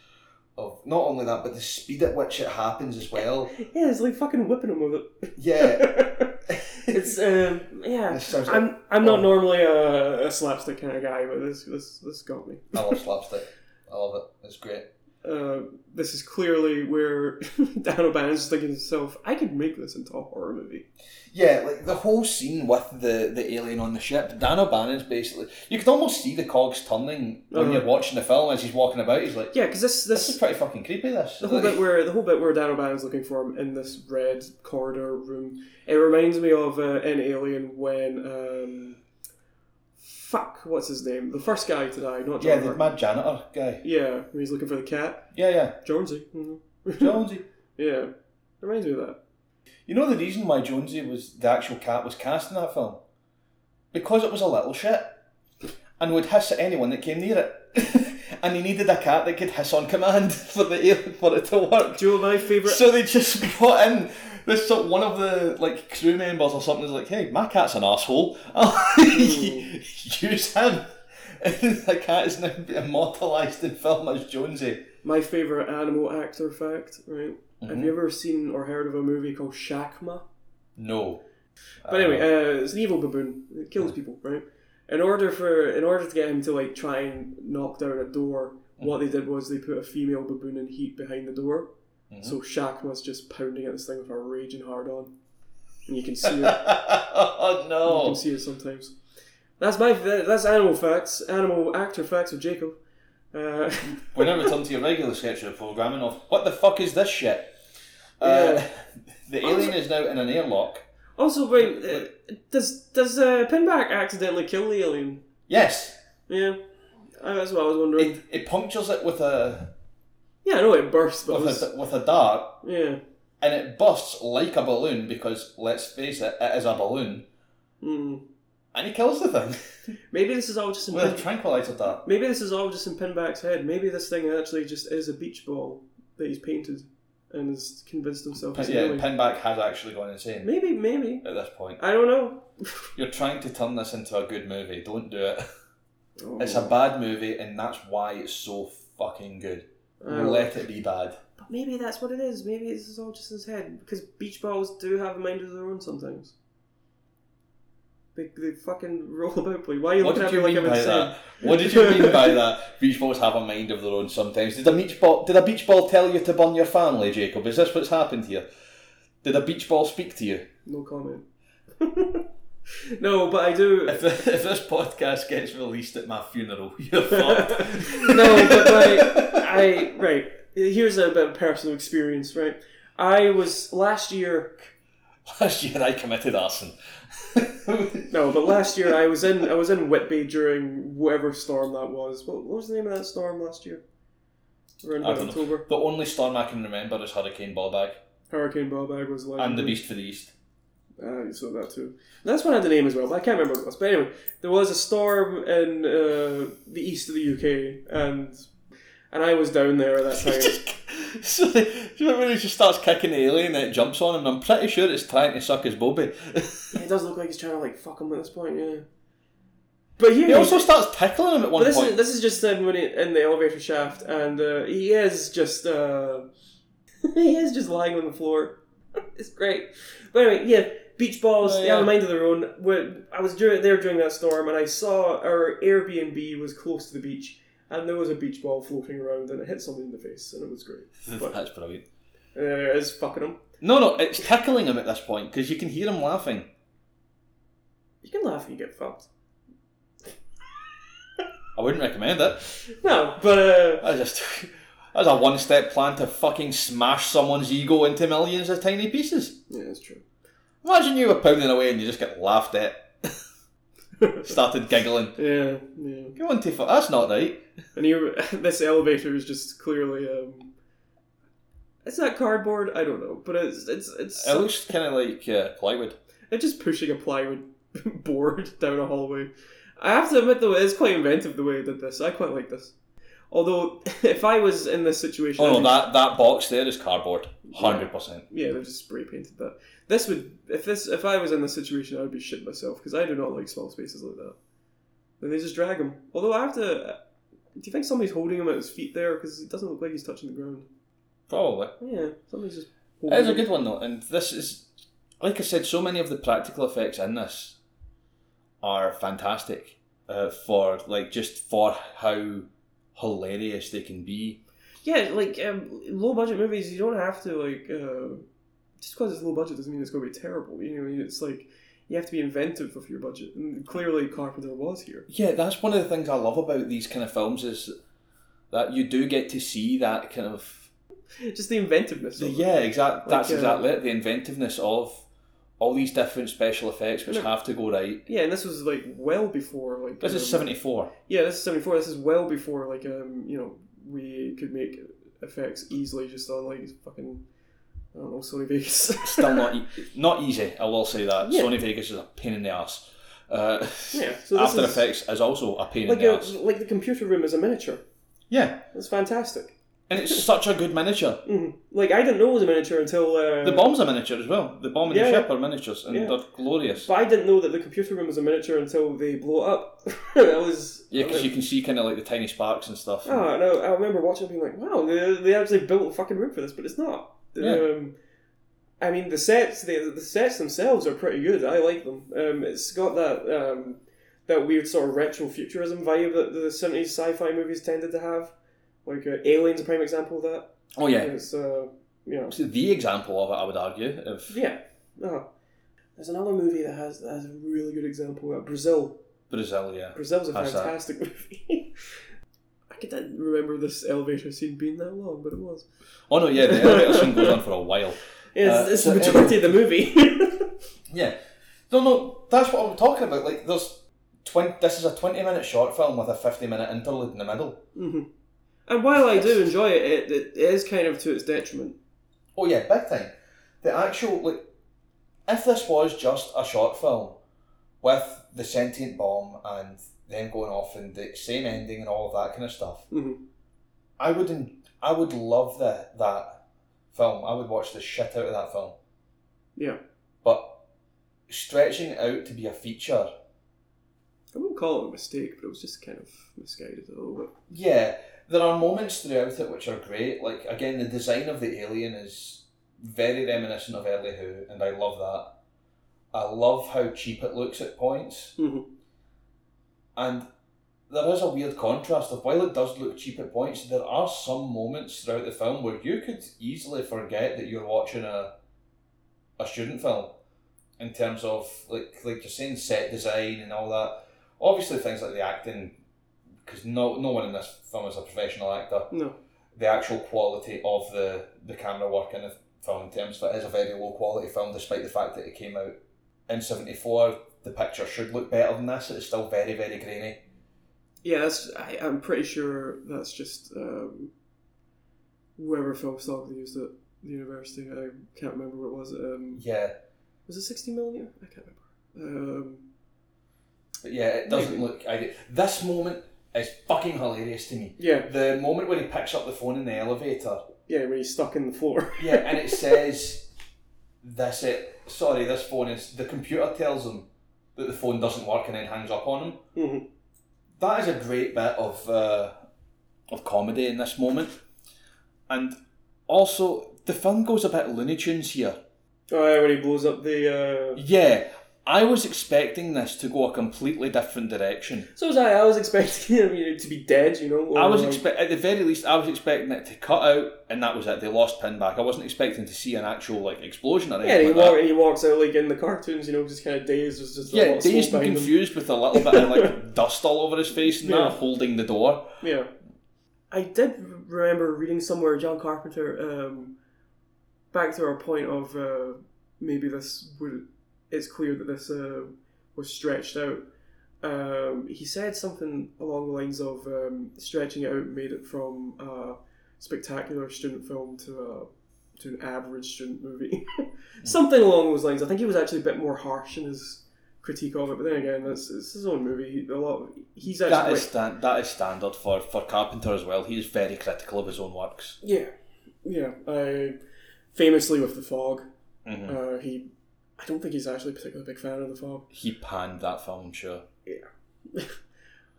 Speaker 3: of not only that, but the speed at which it happens as
Speaker 1: [laughs]
Speaker 3: well.
Speaker 1: Yeah, it's like fucking whipping him with
Speaker 3: Yeah,
Speaker 1: it. [laughs] it's, um, yeah.
Speaker 2: [laughs]
Speaker 3: This sounds like-
Speaker 1: I'm I'm not
Speaker 3: Oh.
Speaker 1: normally a, a slapstick kind of guy, but this this this got me.
Speaker 3: I love slapstick. I love it. It's great.
Speaker 1: Uh, this is clearly where [laughs] Dan O'Bannon's just thinking to himself, I could make this into a horror movie.
Speaker 3: Yeah, like the whole scene with the, the alien on the ship, Dan O'Bannon's basically. You can almost see the cogs turning when
Speaker 1: Uh-huh.
Speaker 3: you're watching the film as he's walking about. He's like,
Speaker 1: Yeah, because this
Speaker 3: this is
Speaker 1: this
Speaker 3: pretty fucking creepy, this.
Speaker 1: the whole bit where the whole bit where Dan O'Bannon's looking for him in this red corridor room. It reminds me of uh, an Alien when um, fuck, what's his name? The first guy to die, not John.
Speaker 2: Yeah,
Speaker 3: the
Speaker 1: Hurt.
Speaker 3: mad janitor guy.
Speaker 1: yeah, when he's looking for the cat,
Speaker 2: Yeah, yeah.
Speaker 1: Jonesy. Mhm.
Speaker 2: Jonesy.
Speaker 1: [laughs] yeah, reminds me of that.
Speaker 2: You know the reason why Jonesy was the actual cat was cast in that film? Because it was a little shit. And would hiss at anyone that came near it. [laughs] and he needed a cat that could hiss on command [laughs] for the alien for it to work.
Speaker 1: Do you know what my favorite?
Speaker 2: So they just [laughs] brought in this sort one of the like crew members or something is like, hey, my cat's an asshole. [laughs] Use him. [laughs] And the cat is now immortalised in film as Jonesy.
Speaker 1: My favorite animal actor fact, right? Have
Speaker 2: Mm-hmm.
Speaker 1: you ever seen or heard of a movie called Shakma?
Speaker 2: No.
Speaker 1: But
Speaker 2: Um,
Speaker 1: anyway, uh, it's an evil baboon. It kills people, right? In order for in order to get him to like try and knock down a door,
Speaker 2: Mm-hmm.
Speaker 1: what they did was they put a female baboon in heat behind the door.
Speaker 2: Mm-hmm.
Speaker 1: So Shakma's just pounding at this thing with a raging hard on, and you
Speaker 2: [laughs]
Speaker 1: can see it.
Speaker 2: oh
Speaker 1: You
Speaker 2: [laughs] no.
Speaker 1: can see it sometimes. That's my that- that's animal facts, animal actor facts with Jacob. Uh, [laughs]
Speaker 2: We now return to your regular schedule of programming of what the fuck is this shit? Uh, the alien is now in an airlock.
Speaker 1: also, wait, uh, does does uh, Pinback accidentally kill the alien?
Speaker 2: Yes,
Speaker 1: Yeah, uh, that's what I was wondering.
Speaker 2: it, it punctures it with a
Speaker 1: yeah, I know it bursts, but it
Speaker 2: with
Speaker 1: was,
Speaker 2: [laughs] a with a dart,
Speaker 1: yeah.
Speaker 2: and it bursts like a balloon because let's face it, it is a balloon,
Speaker 1: Mm.
Speaker 2: and he kills the thing
Speaker 1: Maybe this is all just in
Speaker 2: with a
Speaker 1: pin-
Speaker 2: tranquilizer dart.
Speaker 1: maybe this is all just in Pinback's head. Maybe this thing actually just is a beach ball that he's painted and has convinced himself
Speaker 2: Pin,
Speaker 1: it's
Speaker 2: yeah,
Speaker 1: an alien.
Speaker 2: Pinback has actually gone insane
Speaker 1: Maybe, maybe.
Speaker 2: at this point.
Speaker 1: I don't know.
Speaker 2: You're trying to turn this into a good movie. Don't do it.
Speaker 1: Oh,
Speaker 2: It's a bad movie, and that's why it's so fucking good.
Speaker 1: I don't know.
Speaker 2: Let it be bad.
Speaker 1: But Uh, maybe that's what it is. Maybe this is all just in his head because beach balls do have a mind of their own sometimes. They, they fucking [laughs] roll about. Please. Why are you
Speaker 2: What
Speaker 1: looking
Speaker 2: did
Speaker 1: at me
Speaker 2: you
Speaker 1: like
Speaker 2: mean
Speaker 1: I'm
Speaker 2: by
Speaker 1: insane?
Speaker 2: that? What did you mean by that? [laughs] Beach balls have a mind of their own sometimes. Did a beach ball did a beach ball tell you to burn your family, Jacob? Is this what's happened here? Did a beach ball speak to you?
Speaker 1: No comment. [laughs] no, but I do.
Speaker 2: [laughs] If, if this podcast gets released at my funeral, [laughs] you're fucked.
Speaker 1: [laughs] no, but my, I right. Here's a bit of personal experience, right? I was last year.
Speaker 2: [laughs] Last year I committed arson. [laughs]
Speaker 1: No, but last year I was in I was in Whitby during whatever storm that was. What, what was the name of that storm last year? Around
Speaker 2: I
Speaker 1: about
Speaker 2: don't know.
Speaker 1: October.
Speaker 2: The only storm I can remember is Hurricane Ballbag
Speaker 1: Hurricane Bobag was like.
Speaker 2: and the Beast for the East. [laughs]
Speaker 1: Ah, you saw that too. That's one I had the name as well, but I can't remember what it was. But anyway, there was a storm in uh, the east of the UK, and and I was down there at that
Speaker 2: He [laughs]
Speaker 1: time.
Speaker 2: just- so do you remember when he just starts kicking the alien and it jumps on him? I'm pretty sure it's trying to suck his bobby. [laughs]
Speaker 1: Yeah, it does look like he's trying to like fuck him at this point, yeah. But yeah,
Speaker 2: He also starts tickling him at
Speaker 1: but
Speaker 2: one
Speaker 1: this
Speaker 2: point.
Speaker 1: is this is just him when he, in the elevator shaft, and uh, he is just uh, [laughs] he is just lying on the floor. [laughs] it's great. But anyway, yeah, beach balls.
Speaker 2: Oh,
Speaker 1: They have
Speaker 2: yeah.
Speaker 1: a mind of their own. When I was dur- there during that storm, and I saw our Airbnb was close to the beach, and there was a beach ball floating around, and it hit somebody in the face, and it was great. But
Speaker 2: That's brilliant.
Speaker 1: uh, it's fucking him.
Speaker 2: No, no, it's tickling him at this point because you can hear him laughing.
Speaker 1: You can laugh and you get fucked.
Speaker 2: I wouldn't recommend it.
Speaker 1: No, but uh,
Speaker 2: I just [laughs] that's a one-step plan to fucking smash someone's ego into millions of tiny pieces.
Speaker 1: yeah, it's true. [laughs]
Speaker 2: Imagine you were pounding away and you just get laughed at, started giggling.
Speaker 1: yeah, yeah.
Speaker 2: Go on, Tifa. That's not right.
Speaker 1: And you, [laughs] this elevator is just clearly um, it's not cardboard. I don't know, but it's it's it's
Speaker 2: It looks kind of like uh, plywood.
Speaker 1: They're just pushing a plywood [laughs] board down a hallway. I have to admit, though, it is quite inventive the way they did this. I quite like this. Although, [laughs] if I was in this situation, I'd
Speaker 2: Oh no,
Speaker 1: be-
Speaker 2: that, that box there is cardboard. Hundred percent.
Speaker 1: yeah, they just spray painted that. This would, if this, if I was in this situation, I would be shit myself because I do not like small spaces like that. Then they just drag him. Although I have to, uh, do you think somebody's holding him at his feet there because it doesn't look like he's touching the ground?
Speaker 2: Probably.
Speaker 1: Yeah, somebody's just.
Speaker 2: It is a
Speaker 1: him.
Speaker 2: good one though, and this is like I said, so many of the practical effects in this are fantastic. Uh, for like just for how hilarious they can be.
Speaker 1: Yeah, like um, low budget movies, you don't have to like uh, just because it's low budget doesn't mean it's going to be terrible. You know, it's like you have to be inventive with your budget, and clearly Carpenter was here.
Speaker 2: Yeah, that's one of the things I love about these kind of films is that you do get to see that kind of
Speaker 1: Just the inventiveness. Of it.
Speaker 2: yeah, exactly. That's
Speaker 1: uh,
Speaker 2: exactly it. The inventiveness of all these different special effects which
Speaker 1: Look-
Speaker 2: have to go right.
Speaker 1: Yeah, and this was like well before like
Speaker 2: This is
Speaker 1: um,
Speaker 2: seventy four.
Speaker 1: Yeah, this is seventy four. This is well before like um you know we could make effects easily just on like fucking I don't know Sony Vegas.
Speaker 2: Still not e- not easy. I will say that
Speaker 1: Yeah.
Speaker 2: Sony Vegas is a pain in the ass. Uh,
Speaker 1: [laughs] yeah. So this
Speaker 2: After
Speaker 1: is
Speaker 2: Effects is also a pain
Speaker 1: Like
Speaker 2: in the
Speaker 1: a,
Speaker 2: ass.
Speaker 1: like the computer room is a miniature.
Speaker 2: Yeah,
Speaker 1: It's fantastic.
Speaker 2: and it's such a good miniature.
Speaker 1: Mhm. Like I didn't know it was a miniature until uh,
Speaker 2: The bomb's a miniature as well. The bomb and
Speaker 1: Yeah,
Speaker 2: the
Speaker 1: yeah.
Speaker 2: ship are miniatures, and
Speaker 1: Yeah.
Speaker 2: they're glorious.
Speaker 1: But I didn't know that the computer room was a miniature until they blow it up. [laughs] that was
Speaker 2: Yeah, because you can see kind of like the tiny sparks and stuff.
Speaker 1: Oh, and I, I remember watching it being like, wow, they, they actually built a fucking room for this, but it's not.
Speaker 2: Yeah.
Speaker 1: Um, I mean, the sets the, the sets themselves are pretty good. I like them. Um, it's got that um, that weird sort of retro futurism vibe that the seventies sci-fi movies tended to have. Like uh, Aliens, a prime example of that.
Speaker 2: oh yeah,
Speaker 1: It's uh, you know,
Speaker 2: it's the example of it. I would argue. If
Speaker 1: yeah. Uh-huh. There's another movie that has that has a really good example. Uh, Brazil.
Speaker 2: Brazil, yeah.
Speaker 1: Brazil's a
Speaker 2: How's that?
Speaker 1: fantastic [laughs] movie. I can't remember this elevator scene being that long, but it was.
Speaker 2: Oh no, yeah, the [laughs] elevator scene goes on for a while.
Speaker 1: Yeah, it's,
Speaker 2: Uh,
Speaker 1: it's
Speaker 2: so
Speaker 1: the majority of the movie.
Speaker 2: [laughs] Yeah,
Speaker 3: No, no, that's what I'm talking about. Like, there's twenty. This is a twenty-minute short film with a fifty-minute interlude in the middle.
Speaker 1: Mhm. And while I do enjoy it, it, it is kind of to its detriment.
Speaker 3: Oh yeah, big time. The actual like, if this was just a short film with the sentient bomb and them going off and the same ending and all of that kind of stuff,
Speaker 1: Mhm.
Speaker 3: I would en- I would love the, that film. I would watch the shit out of that film.
Speaker 1: Yeah.
Speaker 3: But stretching it out to be a feature,
Speaker 1: I wouldn't call it a mistake, but it was just kind of misguided a little bit.
Speaker 3: yeah, there are moments throughout it which are great. Like again, the design of the alien is very reminiscent of early Who, and I love that. I love how cheap it looks at points.
Speaker 1: Mhm.
Speaker 2: Mm-hmm.
Speaker 3: And there is a weird contrast of while it does look cheap at points, there are some moments throughout the film where you could easily forget that you're watching a a student film in terms of like like you're saying set design and all that. Obviously things like the acting because no no one in this film is a professional actor.
Speaker 1: No.
Speaker 3: The actual quality of the, the camera work in the film in terms of it is a very low quality film despite the fact that it came out in seventy four. The picture should look better than this. It's still very, very grainy.
Speaker 1: Yeah, that's, I, I'm pretty sure that's just um, whoever film stock they used at the university. I can't remember what it was. Um,
Speaker 3: Yeah,
Speaker 1: was it 60 millimeter? I can't remember. Um,
Speaker 3: but yeah, it doesn't
Speaker 1: Maybe.
Speaker 3: look. I, this moment is fucking hilarious to me.
Speaker 1: yeah,
Speaker 3: The moment when he picks up the phone in the elevator.
Speaker 1: yeah, when he's stuck in the floor. [laughs]
Speaker 3: Yeah, and it says, "This it. Sorry, this phone is." The computer tells him that the phone doesn't work and then hangs up on him.
Speaker 1: Mhm.
Speaker 3: That is a great bit of. Uh,
Speaker 2: of comedy in this moment. And also, the film goes a bit Looney Tunes here.
Speaker 1: Oh yeah, when he blows up the. Uh...
Speaker 2: Yeah, I was expecting this to go a completely different direction.
Speaker 1: So was I. I was expecting [laughs] him you know, to be dead. You know. or, um,
Speaker 2: I was
Speaker 1: like,
Speaker 2: expect at the very least, I was expecting it to cut out, and that was it. They lost pin back. I wasn't expecting to see an actual like explosion or
Speaker 1: Yeah, and he,
Speaker 2: anything. like
Speaker 1: walk,
Speaker 2: that.
Speaker 1: and he walks out like in the cartoons. You know, just kind of dazed. Was just a lot
Speaker 2: yeah
Speaker 1: of smoke
Speaker 2: dazed and
Speaker 1: behind him.
Speaker 2: confused with a little bit
Speaker 4: [laughs]
Speaker 2: of like dust all over his face and
Speaker 1: Yeah.
Speaker 2: that, holding the door.
Speaker 1: Yeah. I did remember reading somewhere John Carpenter, um, back to our point of uh, maybe this would. It's clear that this uh, was stretched out. Um, he said something along the lines of um, stretching it out made it from a spectacular student film to to an average student movie. [laughs] Something along those lines. I think he was actually a bit more harsh in his critique of it, but then again, that's it's his own movie. A lot of, he's actually
Speaker 4: That
Speaker 1: quite-
Speaker 4: is, stan- that is standard for, for Carpenter as well. He is very critical of his own works.
Speaker 1: yeah, yeah. Uh, famously with the fog,
Speaker 4: Mhm.
Speaker 1: uh, he. I don't think he's actually a particularly big fan of the fog.
Speaker 4: He panned that film, I'm sure.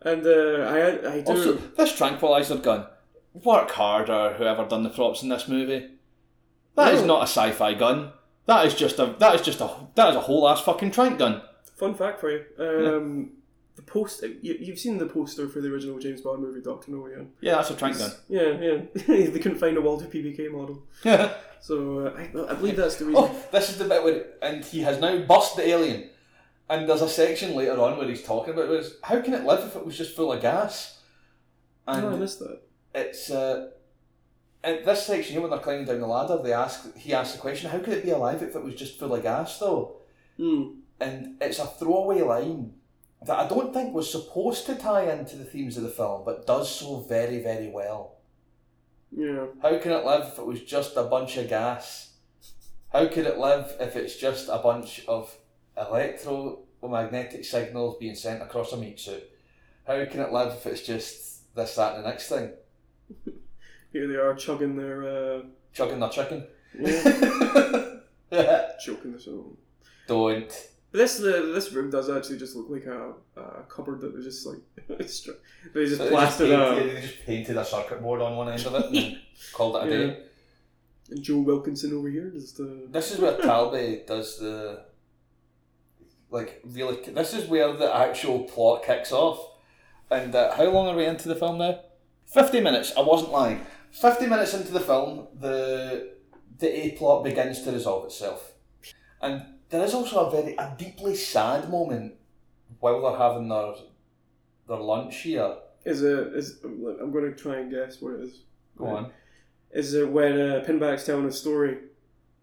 Speaker 1: And uh, I, I do.
Speaker 4: Also, this tranquilizer gun. Work harder, whoever done the props in this movie. That is
Speaker 1: No.
Speaker 4: not a sci-fi gun. That is just a that is just a that is a whole ass fucking trank gun.
Speaker 1: Fun fact for you. Um, The post you, you've seen the poster for the original James Bond movie Doctor No yeah
Speaker 4: Yeah, that's a trank gun.
Speaker 1: yeah yeah [laughs] they couldn't find a Walter PBK model
Speaker 2: [laughs]
Speaker 4: Yeah.
Speaker 1: so uh, I, I believe that's the reason
Speaker 2: Oh, this is the bit where, and he has now bust the alien. And there's a section later on where he's talking about was how can it live if it was just full of gas? And
Speaker 1: oh, I missed that
Speaker 2: it's uh, at this section here when they're climbing down the ladder, they ask he asks the question, how could it be alive if it was just full of gas though?
Speaker 1: mm.
Speaker 2: And it's a throwaway line that I don't think was supposed to tie into the themes of the film, but does so very very well.
Speaker 1: yeah
Speaker 2: How can it live if it was just a bunch of gas? How could it live if it's just a bunch of electromagnetic signals being sent across a meat suit? How can it live if it's just this, that, and the next thing?
Speaker 1: here they are chugging their uh,
Speaker 2: Chugging their chicken? [laughs]
Speaker 1: yeah,
Speaker 2: Don't.
Speaker 1: choking this own This the this room does actually just look like a, a cupboard that was just like [laughs] it's str- they just
Speaker 2: They just,
Speaker 1: plastered
Speaker 2: painted,
Speaker 1: a
Speaker 2: they just painted a circuit board on one end of it and called it
Speaker 1: [laughs]
Speaker 2: a
Speaker 1: Yeah.
Speaker 2: day.
Speaker 1: and Joe Wilkinson over here just uh,
Speaker 2: This is where Talby does the. Like, really. This is where the actual plot kicks off. And uh, how long are we into the film now? 50 minutes, I wasn't lying. 50 minutes into the film, the, the A plot begins to resolve itself. And there is also a very. a deeply sad moment while they're having their, their lunch here.
Speaker 1: is a is I'm going to try and guess what it is
Speaker 2: Go on.
Speaker 1: is it when uh, Pinback's telling a story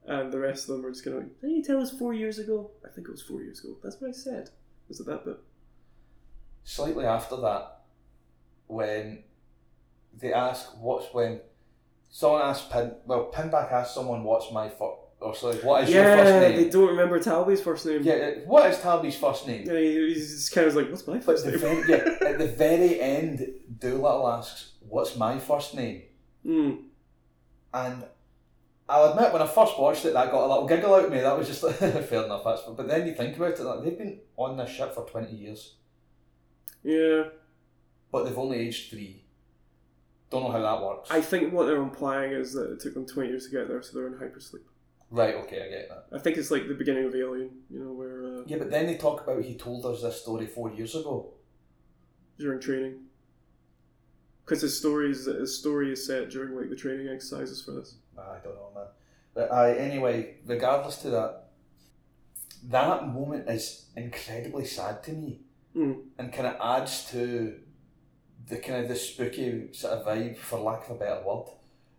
Speaker 1: and the rest of them are just going, like, didn't you tell us four years ago? I think it was four years ago. That's what I said. Was it that bit?
Speaker 2: slightly after that, when they ask what's when someone asks Pin well Pinback asks someone what's my first or sorry what is
Speaker 1: yeah,
Speaker 2: your first name?
Speaker 1: they don't remember Talby's first name.
Speaker 2: Yeah, it- what is Talby's first name?
Speaker 1: And he- he's just kind of like, what's my
Speaker 2: But
Speaker 1: first
Speaker 2: the
Speaker 1: name?
Speaker 2: very, yeah, at the very end, Doolittle asks what's my first name,
Speaker 1: mm.
Speaker 2: and I'll admit when I first watched it, that got a little giggle out of me. That was just [laughs] like, fair enough. That's but then you think about it, like, they've been on this ship for twenty years,
Speaker 1: Yeah.
Speaker 2: but they've only aged three. Don't know how that works.
Speaker 1: I think what they're implying is that it took them 20 years to get there, so they're in hypersleep.
Speaker 2: right, okay, I get that.
Speaker 1: I think it's like the beginning of Alien, you know, where uh,
Speaker 2: Yeah, but then they talk about he told us this story four years ago.
Speaker 1: during training. Because his story, is, his story is set during like the training exercises for this.
Speaker 2: Ah, I don't know, man. But I anyway, regardless to that, that moment is incredibly sad to me,
Speaker 1: Mm.
Speaker 2: and kind of adds to the kind of the spooky sort of vibe, for lack of a better word,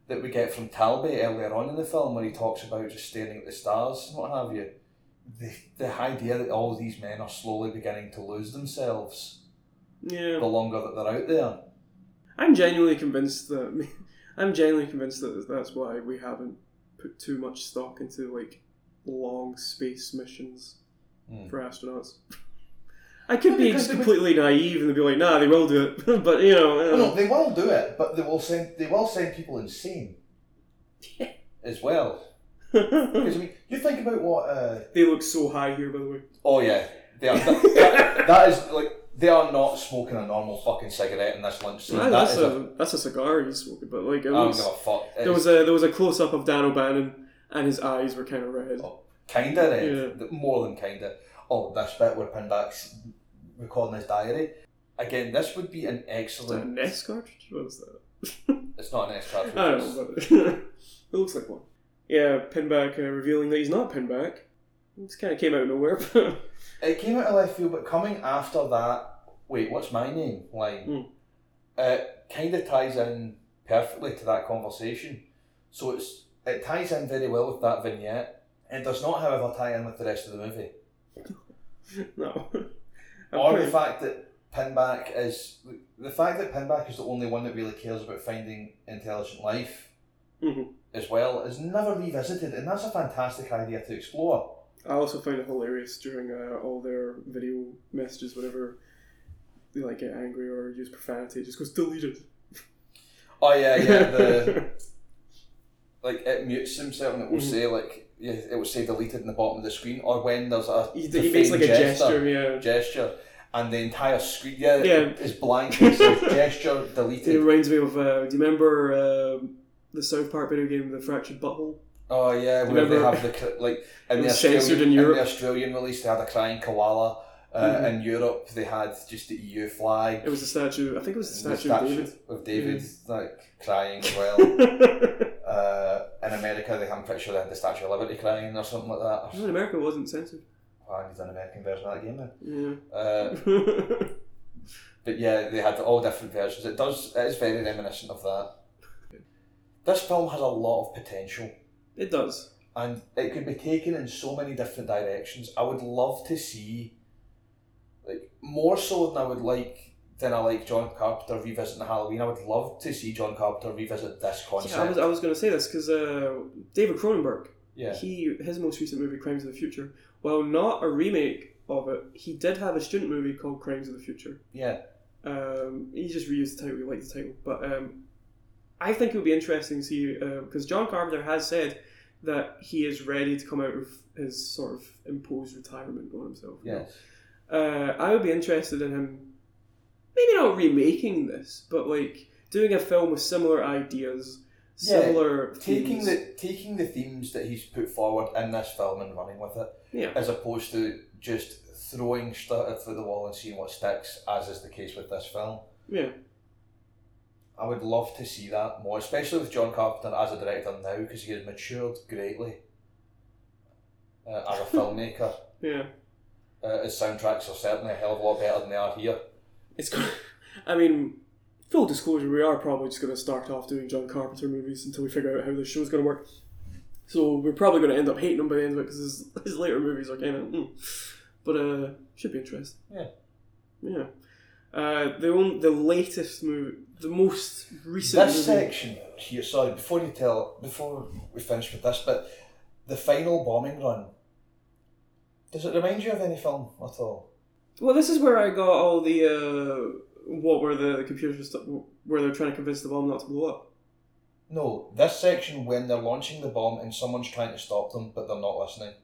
Speaker 2: that we get from Talby earlier on in the film, where he talks about just staring at the stars and what have you. The, the idea that all these men are slowly beginning to lose themselves
Speaker 1: Yeah.
Speaker 2: the longer that they're out there.
Speaker 1: I'm genuinely convinced that [laughs] I'm genuinely convinced that that's why we haven't put too much stock into like long space missions
Speaker 2: Hmm.
Speaker 1: for astronauts. I could
Speaker 2: Well,
Speaker 1: be
Speaker 2: because
Speaker 1: just
Speaker 2: they would-
Speaker 1: completely naive and be like, "Nah, they will do it," [laughs] but you know, I
Speaker 2: Well,
Speaker 1: don't
Speaker 2: Oh, no,
Speaker 1: know.
Speaker 2: they will do it, but they will send they will send people [laughs] insane as well. Because I mean, you think about what. Uh,
Speaker 1: [laughs] they look so high here, by the way.
Speaker 2: oh yeah, they [laughs] are, that, that- that is like they are not smoking a normal fucking cigarette in this lunch scene.
Speaker 1: Ah,
Speaker 2: that
Speaker 1: that's
Speaker 2: is
Speaker 1: a,
Speaker 2: a, Oh,
Speaker 1: that's a cigar he's smoking, but like it
Speaker 2: I don't
Speaker 1: looks,
Speaker 2: give a fuck.
Speaker 1: there was a there was a close up of Dan O'Bannon and his eyes were kind of red.
Speaker 2: Oh, kind of
Speaker 1: Yeah.
Speaker 2: red, th- more than kind of. Oh, this bit where Pinback's recording his diary. Again, this would be an
Speaker 1: Is that a
Speaker 2: excellent.
Speaker 1: Ness cartridge? What is that?
Speaker 2: It's not an S card.
Speaker 1: I don't know, but [laughs] it looks like one. Yeah, Pinback uh, revealing that he's not Pinback. This kind of came out of nowhere. [laughs]
Speaker 2: It came out of left field, but coming after that, wait, what's my name line,
Speaker 1: Mm.
Speaker 2: uh, kind of ties in perfectly to that conversation. So it's it ties in very well with that vignette. It does not, however, tie in with the rest of the movie,
Speaker 1: no. I'm
Speaker 2: or the
Speaker 1: pretty-
Speaker 2: fact that Pinback is the fact that Pinback is the only one that really cares about finding intelligent life
Speaker 1: Mhm.
Speaker 2: as well is never revisited, and that's a fantastic idea to explore.
Speaker 1: I also find it hilarious during uh, all their video messages, whenever they like get angry or use profanity, it just goes deleted.
Speaker 2: Oh yeah, yeah.
Speaker 1: [laughs]
Speaker 2: The like it mutes himself, and it will
Speaker 1: Mhm.
Speaker 2: say like yeah, it will say deleted in the bottom of the screen, or when there's a
Speaker 1: he, he makes like a
Speaker 2: defamed
Speaker 1: gesture, yeah.
Speaker 2: gesture, and the entire screen yeah,
Speaker 1: Yeah.
Speaker 2: is blank. It says [laughs] gesture
Speaker 1: It
Speaker 2: deleted.
Speaker 1: reminds me of. Uh, do you remember uh, the South Park video game, The Fractured Butthole?
Speaker 2: Oh yeah, where they
Speaker 1: Remember-
Speaker 2: have the cr- like
Speaker 1: It
Speaker 2: in the
Speaker 1: was censored
Speaker 2: Australian
Speaker 1: in Europe.
Speaker 2: the Australian release they had a crying koala. Uh,
Speaker 1: Mhm.
Speaker 2: In Europe, they had just the EU flag.
Speaker 1: It was the statue. I think it was
Speaker 2: And
Speaker 1: the statue of David. Mm-hmm.
Speaker 2: of David, like crying as well.
Speaker 1: [laughs]
Speaker 2: [laughs]
Speaker 1: it
Speaker 2: uh, in America, they, I'm pretty sure they had the Statue of Liberty crying or something like that.
Speaker 1: was in America, it wasn't censored.
Speaker 2: Oh, I need an American version of that game then.
Speaker 1: Yeah. [laughs]
Speaker 2: Uh, but yeah, they had all different versions. It does. It is very reminiscent of that. This film has a lot of potential,
Speaker 1: it does.
Speaker 2: and it could be taken in so many different directions. I would love to see, like more so than I would like. Than I like John Carpenter revisiting Halloween. I would love to see John Carpenter revisit this
Speaker 1: See,
Speaker 2: concept.
Speaker 1: I was, I was going to say this because uh, David Cronenberg,
Speaker 2: yeah.
Speaker 1: he his most recent movie, Crimes of the Future, while not a remake of it, he did have a student movie called Crimes of the Future.
Speaker 2: Yeah.
Speaker 1: Um, he just reused the title. He liked the title, but um, I think it would be interesting to see because John Carpenter has said that he is ready to come out of his sort of imposed retirement on himself. you know.
Speaker 2: Yeah.
Speaker 1: Uh, I would be interested in him, maybe not remaking this, but like doing a film with similar ideas,
Speaker 2: Yeah,
Speaker 1: similar themes.
Speaker 2: Taking the taking the themes that he's put forward in this film and running with it,
Speaker 1: yeah,
Speaker 2: as opposed to just throwing stuff through the wall and seeing what sticks, as is the case with this film.
Speaker 1: yeah,
Speaker 2: I would love to see that more, especially with John Carpenter as a director now, because he has matured greatly uh, as a filmmaker.
Speaker 1: yeah.
Speaker 2: Uh, his soundtracks are certainly a hell of a lot better than they are here.
Speaker 1: It's. Gonna, I mean, full disclosure, we are probably just going to start off doing John Carpenter movies until we figure out how the show's going to work. So we're probably going to end up hating him by the end of it because his, [laughs] his later movies are kind of. Mm. But uh, should be interesting.
Speaker 2: Yeah.
Speaker 1: Yeah. Uh, the only, the latest movie, the most recent
Speaker 2: this
Speaker 1: movie.
Speaker 2: section here, sorry, before you tell, before we finish with this bit, the final bombing run. Does it remind you of any film at all?
Speaker 1: Well, this is where I got all the uh, what were the, the computers that- where they're trying to convince the bomb not to blow up.
Speaker 2: No, this section when they're launching the bomb and someone's trying to stop them, but they're not listening.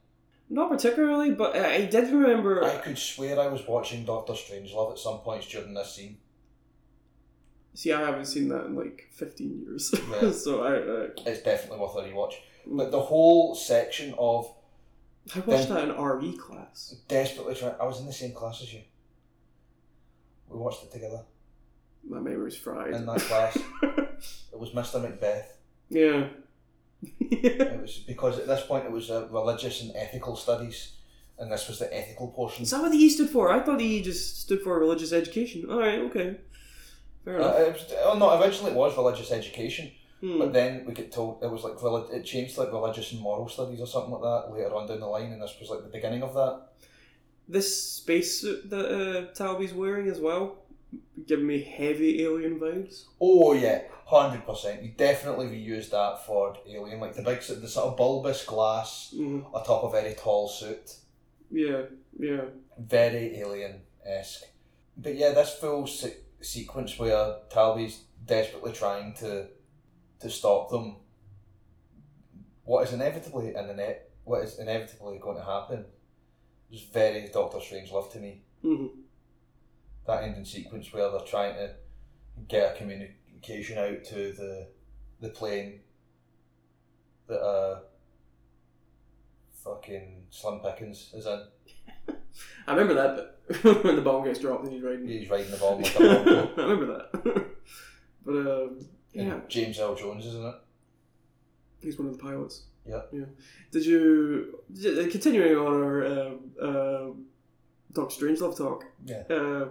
Speaker 1: Not particularly, but I, I did remember.
Speaker 2: I could swear I was watching Doctor Strangelove at some points during this scene.
Speaker 1: See, I haven't seen that in like 15 years. [laughs]
Speaker 2: Yeah.
Speaker 1: so I, uh,
Speaker 2: It's definitely worth a rewatch.
Speaker 1: I,
Speaker 2: But the whole section of
Speaker 1: I watched that in RE class.
Speaker 2: desperately trying, I was in the same class as you. We watched it together
Speaker 1: My memory's fried. [laughs]
Speaker 2: in that class. It was Mr. Macbeth.
Speaker 1: yeah. [laughs]
Speaker 2: It was because at this point it was uh, religious and ethical studies, and this was the ethical portion.
Speaker 1: Is that what the E stood for? I thought the E just stood for religious education. All right, okay. Fair
Speaker 2: Uh,
Speaker 1: enough.
Speaker 2: it was, oh no, originally it was religious education,
Speaker 1: Hmm.
Speaker 2: but then we get told it was like relig- it changed to like religious and moral studies or something like that later on down the line, and this was like the beginning of that.
Speaker 1: This spacesuit that uh, Talby's wearing as well, giving me heavy alien vibes.
Speaker 2: Oh yeah, hundred percent. You definitely reused that for Alien, like the big, s- the sort of bulbous glass
Speaker 1: Mm.
Speaker 2: atop a very tall suit,
Speaker 1: Yeah, yeah.
Speaker 2: very Alien esque. But yeah, this full se- sequence where Talby's desperately trying to to stop them. What is inevitably an ine- what is inevitably going to happen is very Doctor Strangelove to me.
Speaker 1: hmm
Speaker 2: that ending sequence where they're trying to get a communication out to the the plane that uh fucking Slim Pickens is in.
Speaker 1: I remember that bit [laughs] when the bomb gets dropped and he's riding. [laughs]
Speaker 2: He's riding the bomb like a
Speaker 1: I
Speaker 2: Bronco.
Speaker 1: remember that. [laughs] but um, yeah,
Speaker 2: And James L. Jones is in it.
Speaker 1: he's one of the pilots.
Speaker 2: Yeah.
Speaker 1: Yeah. Did you d- continuing on our uh, uh, Doctor Strangelove talk?
Speaker 2: Yeah.
Speaker 1: Uh,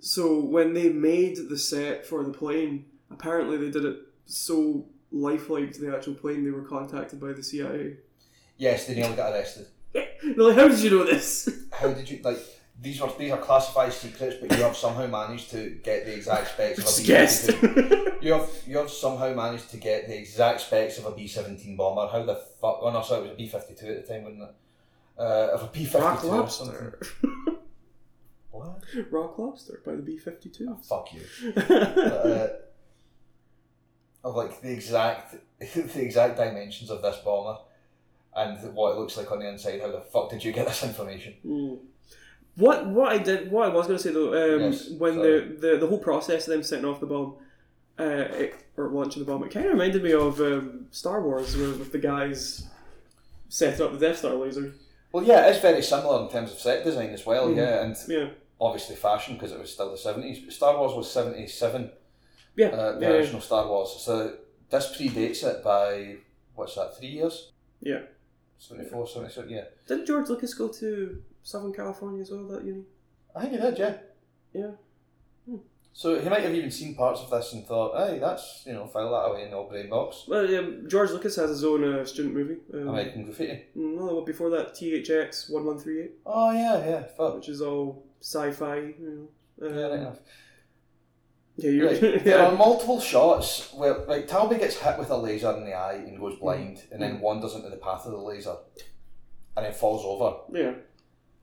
Speaker 1: so when they made the set for the plane, apparently they did it so lifelike to the actual plane. They were contacted by the CIA. [laughs]
Speaker 2: Yes, they nearly got arrested.
Speaker 1: They're like, how did you know this? [laughs]
Speaker 2: How did you like
Speaker 3: these were these are classified secrets, but you have somehow managed to get the exact specs of a
Speaker 1: [laughs] Just
Speaker 3: B
Speaker 1: guessed.
Speaker 3: seventeen. You have you have somehow managed to get the exact specs of a B seventeen bomber. How the fuck? Oh no, sorry, it was a B fifty two at the time, wasn't it? Uh, of a B fifty
Speaker 1: Rock
Speaker 3: two or something.
Speaker 1: Lobster.
Speaker 3: What?
Speaker 1: Rock Lobster by the B 52.
Speaker 3: Fuck you. But, uh, of like the exact [laughs] the exact dimensions of this bomber and what it looks like on the inside. How the fuck did you get this information?
Speaker 1: [laughs] What what I did what I was going to say though um,
Speaker 3: Yes,
Speaker 1: when
Speaker 3: sorry.
Speaker 1: the, the the whole process of them setting off the bomb uh, it, or launching the bomb it kind of reminded me of um, Star Wars with, with the guys setting up the Death Star laser
Speaker 3: Well, yeah, it's very similar in terms of set design as well.
Speaker 1: Mhm.
Speaker 3: Yeah, and
Speaker 1: yeah
Speaker 3: obviously fashion because it was still the seventies. But Star Wars was seventy seven.
Speaker 1: yeah,
Speaker 3: Uh, the
Speaker 1: yeah, yeah.
Speaker 3: original Star Wars. So this predates it by what's that? Three years.
Speaker 1: Yeah.
Speaker 3: 74, 77, yeah.
Speaker 1: didn't George Lucas go to Southern California as well that uni
Speaker 3: I think he did, yeah.
Speaker 1: Yeah. Hmm.
Speaker 3: So he might have even seen parts of this and thought, "Hey, that's you know, file that away in the old brain box."
Speaker 1: well yeah, George Lucas has his own uh, student movie um,
Speaker 3: American graffiti.
Speaker 1: no before that THX one one three eight
Speaker 3: Oh yeah, yeah, fuck.
Speaker 1: which is all sci-fi you know
Speaker 3: Yeah, right
Speaker 1: uh,
Speaker 3: enough.
Speaker 1: [laughs] yeah you're
Speaker 3: Right, There are multiple shots where like Talby gets hit with a laser in the eye and
Speaker 1: Hmm.
Speaker 3: goes blind, and then wanders into the path of the laser, and then falls over.
Speaker 1: yeah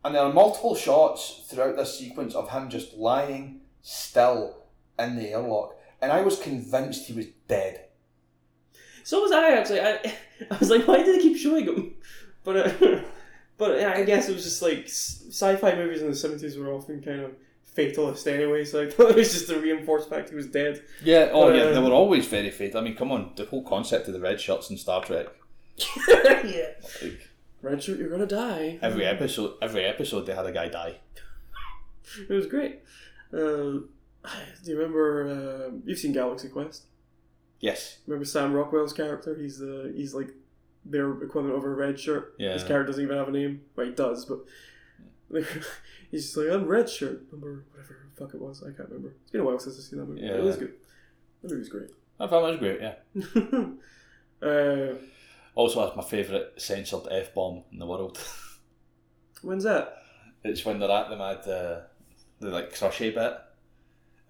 Speaker 3: And there are multiple shots throughout this sequence of him just lying still in the airlock, and I was convinced he was dead.
Speaker 1: So was I actually. I, [laughs] I was like, why did they keep showing him? But uh, [laughs] but yeah, I guess it was just like s- sci-fi movies in the seventies were often kind of fatalist anyway. So I [laughs] thought it was just to reinforce fact he was dead.
Speaker 2: Yeah, oh yeah,
Speaker 3: Um,
Speaker 1: Uh,
Speaker 2: they were always very fatal. I mean, come on, the whole concept of the red shirts in Star Trek.
Speaker 1: yeah.
Speaker 2: Like,
Speaker 1: Red shirt, you're gonna die.
Speaker 2: every
Speaker 3: Hmm.
Speaker 2: episode, every episode, they had a guy die.
Speaker 1: It was great. Um, [sighs] do you remember? um you've seen Galaxy Quest.
Speaker 2: Yes.
Speaker 1: Remember Sam Rockwell's character? He's the he's like their equivalent of a red shirt. His
Speaker 2: Yeah.
Speaker 1: character doesn't even have a name. Well, he does, but [laughs] he's just like I'm red shirt number whatever the fuck it was. I can't remember. It's been a while since I've seen that movie. but It was
Speaker 2: Yeah.
Speaker 1: good. That movie was great. [laughs]
Speaker 2: I thought that was great. Yeah.
Speaker 1: uh,
Speaker 2: Also, that's my favourite censored f bomb in the world. [laughs]
Speaker 1: when's that?
Speaker 2: it's when they're at the mad, uh, the like crochet bit.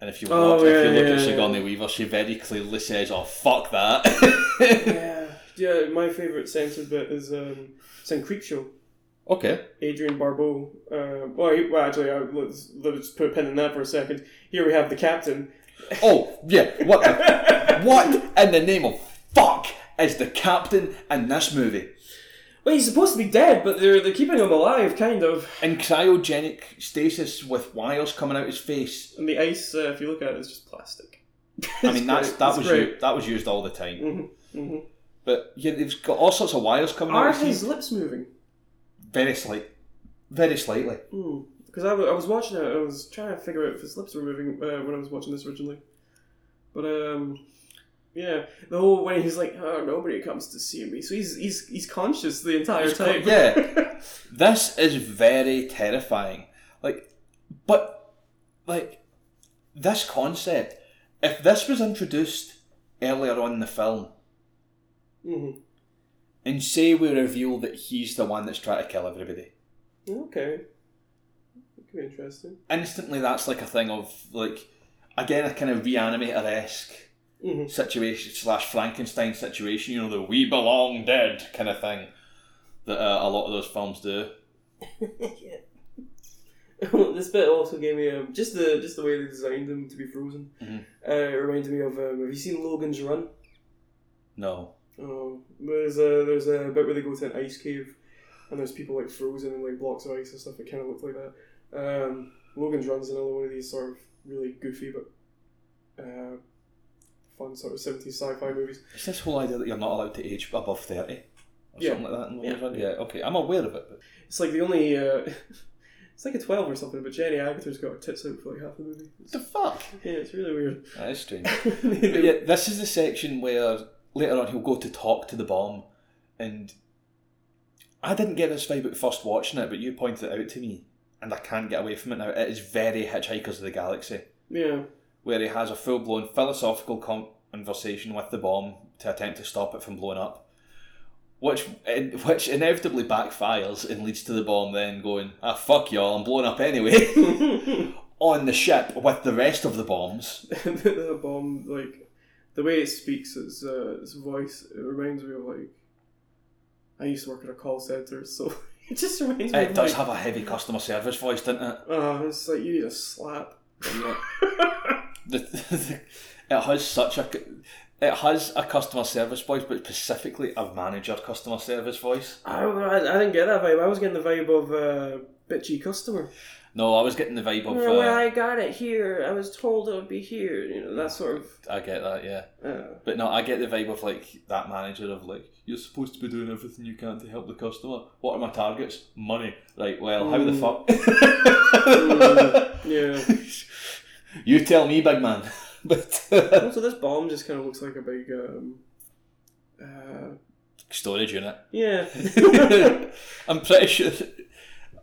Speaker 2: And if you
Speaker 1: Oh,
Speaker 2: watch, if you
Speaker 1: yeah,
Speaker 2: look
Speaker 1: yeah,
Speaker 2: at
Speaker 1: yeah.
Speaker 2: Sigourney Weaver, she very clearly says, "Oh fuck that." [laughs]
Speaker 1: yeah, yeah. My favorite censored bit is um, it's in Creepshow.
Speaker 2: okay.
Speaker 1: Adrian Barbeau. Uh, well, he, well, actually, I, let's let's put a pin in that for a second. Here we have the captain.
Speaker 2: Oh yeah. What? The, what in the name of fuck is the captain in this movie?
Speaker 1: Well, he's supposed to be dead, but they're they're keeping him alive, kind of.
Speaker 2: In cryogenic stasis with wires coming out his face.
Speaker 1: And the ice, uh, if you look at it, is just plastic.
Speaker 2: I mean, that's that
Speaker 1: It's
Speaker 2: was
Speaker 1: great.
Speaker 2: u- that was used all the time.
Speaker 1: Mhm, mhm.
Speaker 2: But yeah, they've got all sorts of wires coming
Speaker 1: Are
Speaker 2: out. his
Speaker 1: his
Speaker 2: face.
Speaker 1: lips moving?
Speaker 2: Very slight, very slightly.
Speaker 1: Because Hmm. I, wa- I was watching it, I was trying to figure out if his lips were moving uh, when I was watching this originally. But um, yeah, the whole when he's like, "Oh, nobody comes to see me," so he's he's he's conscious the entire
Speaker 2: He's
Speaker 1: time. [laughs]
Speaker 2: con- yeah. This is very terrifying. Like, but like this concept. If this was introduced earlier on in the film,
Speaker 1: hmm
Speaker 2: and say we reveal that he's the one that's trying to kill everybody,
Speaker 1: Okay. That could be interesting.
Speaker 2: instantly that's like a thing of like, again a kind of reanimator esque
Speaker 1: Mhm.
Speaker 2: situation slash Frankenstein situation. You know the "we belong dead" kind of thing that uh, a lot of those films do.
Speaker 1: [laughs] this bit also gave me um, just the just the way they designed him to be frozen.
Speaker 2: Mhm.
Speaker 1: Uh, it reminded me of um, have you seen Logan's Run?
Speaker 2: No.
Speaker 1: Oh, there's a there's a bit where they go to an ice cave, and there's people like frozen in like blocks of ice and stuff. It kind of looked like that. Um, Logan's Run's another one of these sort of really goofy but uh, fun sort of seventies sci-fi movies.
Speaker 2: It's this whole idea that you're not allowed to age above 30 or
Speaker 1: Yeah.
Speaker 2: something like that. In the
Speaker 1: Yeah.
Speaker 2: yeah. yeah, okay, I'm aware of it. But
Speaker 1: It's like the only uh, [laughs] it's like a twelve or something, but Jenny Agatha's got her tits out for like half the movie.
Speaker 2: what
Speaker 1: It's,
Speaker 2: the fuck?
Speaker 1: yeah, it's really
Speaker 2: [laughs]
Speaker 1: weird. [laughs]
Speaker 2: That is strange. But
Speaker 1: yeah.
Speaker 2: yeah, this is the section where later on he'll go to talk to the bomb, and I didn't get this vibe at first watching it, but you pointed it out to me, and I can't get away from it now. It is very Hitchhikers of the Galaxy,
Speaker 1: [laughs]
Speaker 2: where he has a full blown philosophical con- conversation with the bomb to attempt to stop it from blowing up. which in- which inevitably backfires and leads to the bomb then going, ah, fuck y'all, I'm blown up anyway, [laughs] on the ship with the rest of the bombs.
Speaker 1: the bomb, like the way it speaks, its uh, its voice, it reminds me of like I used to work at a call center, so [laughs] it just reminds me.
Speaker 2: It
Speaker 1: of,
Speaker 2: does
Speaker 1: like,
Speaker 2: have a heavy customer service voice, doesn't it?
Speaker 1: Uh, it's like you need a slap.
Speaker 2: [laughs] the, it has such a c- it has a customer service voice, but specifically a manager customer service voice.
Speaker 1: I don't know. I, I didn't get that vibe. I was getting the vibe of uh, bitchy customer.
Speaker 2: No, I was getting the vibe of
Speaker 1: Yeah, well,
Speaker 2: uh,
Speaker 1: I got it here. I was told it would be here. You know that sort of.
Speaker 2: I get that, yeah,
Speaker 1: Uh,
Speaker 2: but no, I get the vibe of like that manager of like you're supposed to be doing everything you can to help the customer. What are my targets? Money. Right. Well, how the
Speaker 1: Mm.
Speaker 2: fuck?
Speaker 1: yeah.
Speaker 2: [laughs] you tell me, big man. [laughs] but
Speaker 1: [laughs] also, this bomb just kind of looks like a big. Um, uh,
Speaker 2: storage unit. [laughs]
Speaker 1: [laughs] yeah.
Speaker 2: I'm pretty sure.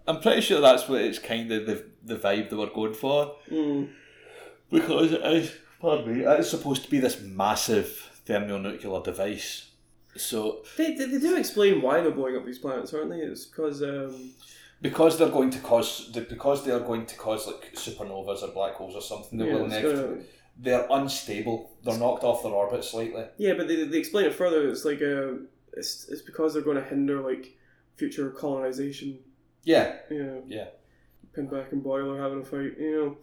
Speaker 2: I'm pretty sure that's what it's kind of the the vibe they were going for
Speaker 1: Mm.
Speaker 2: because it is. Pardon me. It's supposed to be this massive thermonuclear device. So
Speaker 1: They, they, they do explain why they're blowing up these planets, aren't they? It's because um,
Speaker 2: because they're going
Speaker 3: to cause the, because they are going to cause like supernovas or black holes or something. They
Speaker 1: yeah,
Speaker 3: will
Speaker 1: it's uh,
Speaker 3: inevitably.
Speaker 1: gonna-
Speaker 3: They're unstable. They're knocked off their orbit slightly.
Speaker 1: yeah, but they, they explain it further. It's like uh, it's, it's because they're going to hinder like future colonization.
Speaker 3: Yeah,
Speaker 1: Yeah.
Speaker 3: Yeah.
Speaker 1: Pinback and Boiler having a fight. You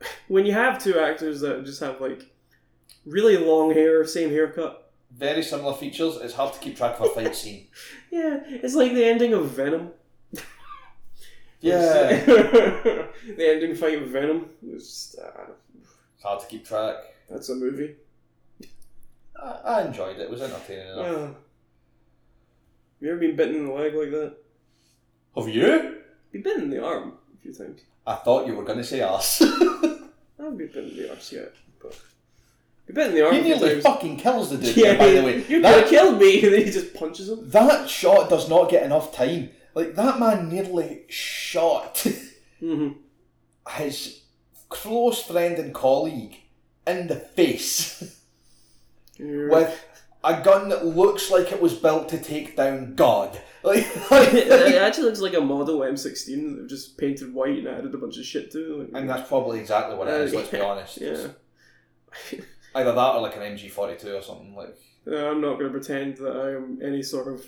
Speaker 1: know, [laughs] when you have two actors that just have like really long hair, same haircut.
Speaker 3: very similar features. It's hard to keep track of a fight scene.
Speaker 1: Yeah, it's like the ending of Venom.
Speaker 3: Yeah,
Speaker 1: [laughs] the ending fight of Venom. It's just, uh,
Speaker 3: it's hard to keep track.
Speaker 1: that's a movie.
Speaker 3: I, I enjoyed it. It was entertaining enough.
Speaker 1: Uh, you ever been bitten in the leg like that?
Speaker 3: Have you?
Speaker 1: Be bitten in the arm a few times.
Speaker 3: I thought you were going to say ass. [laughs]
Speaker 1: I've been bitten in the arse yet, but be bitten in the arm
Speaker 3: he
Speaker 1: a few
Speaker 3: nearly
Speaker 1: times.
Speaker 3: fucking kills the dude. there, by the way,
Speaker 1: you could
Speaker 3: that
Speaker 1: have killed me, [laughs] and then he just punches him.
Speaker 3: that shot does not get enough time. Like that man nearly shot [laughs] Mm-hmm.
Speaker 1: hmm
Speaker 3: his close friend and colleague in the
Speaker 1: [laughs]
Speaker 3: face with a gun that looks like it was built to take down God. [laughs]
Speaker 1: [laughs]
Speaker 3: Like,
Speaker 1: it actually looks like a model M16 that they've just painted white and added a bunch of shit to. Like,
Speaker 3: and that's probably exactly what it is. Let's be honest.
Speaker 1: yeah.
Speaker 3: Either that or like an MG forty two or something like.
Speaker 1: Uh, I'm not going to pretend that I'm any sort of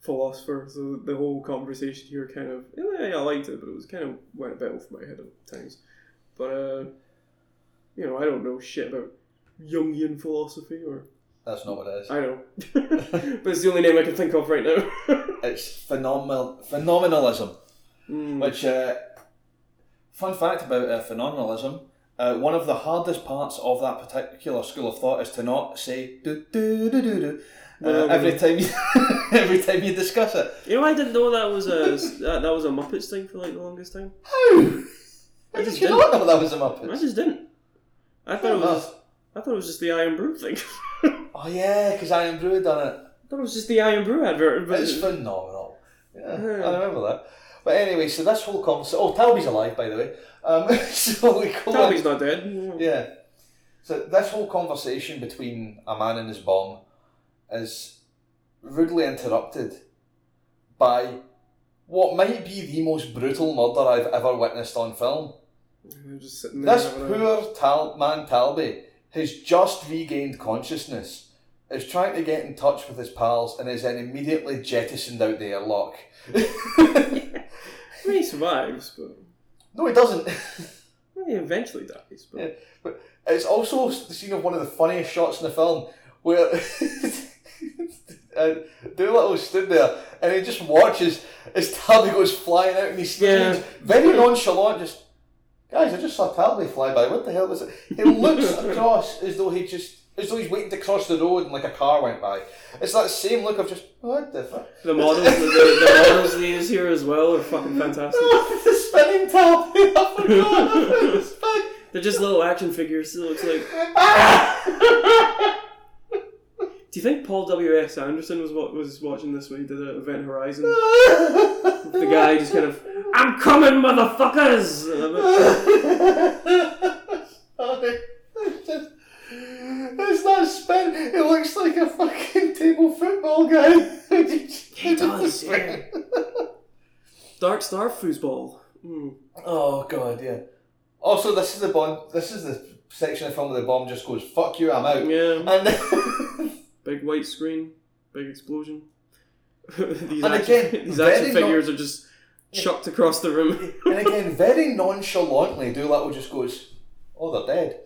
Speaker 1: philosopher, so the whole conversation here kind of. Yeah, I liked it, but it was kind of went a bit off my head at times. But, uh, you know, I don't know shit about Jungian philosophy, or.
Speaker 3: That's not what it is.
Speaker 1: I know. [laughs] but it's the only name I can think of right now. [laughs]
Speaker 3: It's phenomenal phenomenalism,
Speaker 1: Mm.
Speaker 3: which uh,
Speaker 2: Fun fact about uh, phenomenalism: uh, one of the hardest parts of that particular school of thought is to not say do do do do do uh,
Speaker 1: Well,
Speaker 2: every time you [laughs] every time you discuss it.
Speaker 1: You know, I didn't know that was a that, that was a Muppets thing for like the longest time.
Speaker 2: How?
Speaker 1: I
Speaker 2: I
Speaker 1: just
Speaker 2: just did not know that was a Muppet.
Speaker 1: I just didn't. I thought
Speaker 2: Fair
Speaker 1: it was.
Speaker 2: enough.
Speaker 1: I thought it was just the Iron Brew thing. [laughs]
Speaker 2: Oh yeah, because Iron Brew had done it.
Speaker 1: I thought it was just the Iron Brew advert. But
Speaker 2: It's
Speaker 1: it's,
Speaker 2: phenomenal. Yeah,
Speaker 1: Yeah.
Speaker 2: I remember that. But anyway, so this whole conversation. Oh, Talby's alive, by the way. Um, [laughs] so we go on-
Speaker 1: not dead.
Speaker 2: Yeah.
Speaker 3: So this whole conversation between a man and his bomb is rudely interrupted by what might be the most brutal murder I've ever witnessed on film.
Speaker 1: I'm just sitting there.
Speaker 3: This
Speaker 1: having a-
Speaker 3: poor Tal- man Talby has just regained consciousness, is trying to get in touch with his pals, and is then immediately jettisoned out the airlock.
Speaker 1: I mean, he survives, but
Speaker 3: No, he doesn't. [laughs]
Speaker 1: well, he eventually dies. But
Speaker 3: Yeah. It's also the scene of one of the funniest shots in the film where [laughs] uh, Doolittle stood there and he just watches as Talby goes flying out and he
Speaker 1: Yeah.
Speaker 3: stands very nonchalant, just guys, I just saw Talby fly by. What the hell was it? He
Speaker 1: [laughs]
Speaker 3: looks across as though he just as though he's waiting to cross the road and like a car went by. It's that same look of just what the [laughs] fuck?
Speaker 1: the models, the, the models they use here as well are fucking fantastic.
Speaker 3: Ah, the spinning Talby. [laughs] I forgot
Speaker 1: [laughs]
Speaker 3: about the spin.
Speaker 1: They're just little action figures. It looks like.
Speaker 3: Ah!
Speaker 1: Do you think Paul W S Anderson was what was watching this when he did uh, Event Horizon? the guy just kind of, I'm coming, motherfuckers! And I'm like,
Speaker 3: Sorry. It's just- it's that spin. It looks like a fucking table football guy. It this
Speaker 1: Yeah.
Speaker 3: thing.
Speaker 1: Dark Star foosball. Mm.
Speaker 3: Oh god, yeah. Also, this is the bomb. This is the section of the film where the bomb just goes "fuck you, I'm out,"
Speaker 1: Yeah.
Speaker 3: and then,
Speaker 1: Big white screen. Big explosion. [laughs] these
Speaker 3: And
Speaker 1: action,
Speaker 3: again,
Speaker 1: these action
Speaker 3: very
Speaker 1: figures are just chucked across the room.
Speaker 3: and again, very nonchalantly, Doolittle just goes, "Oh, they're dead."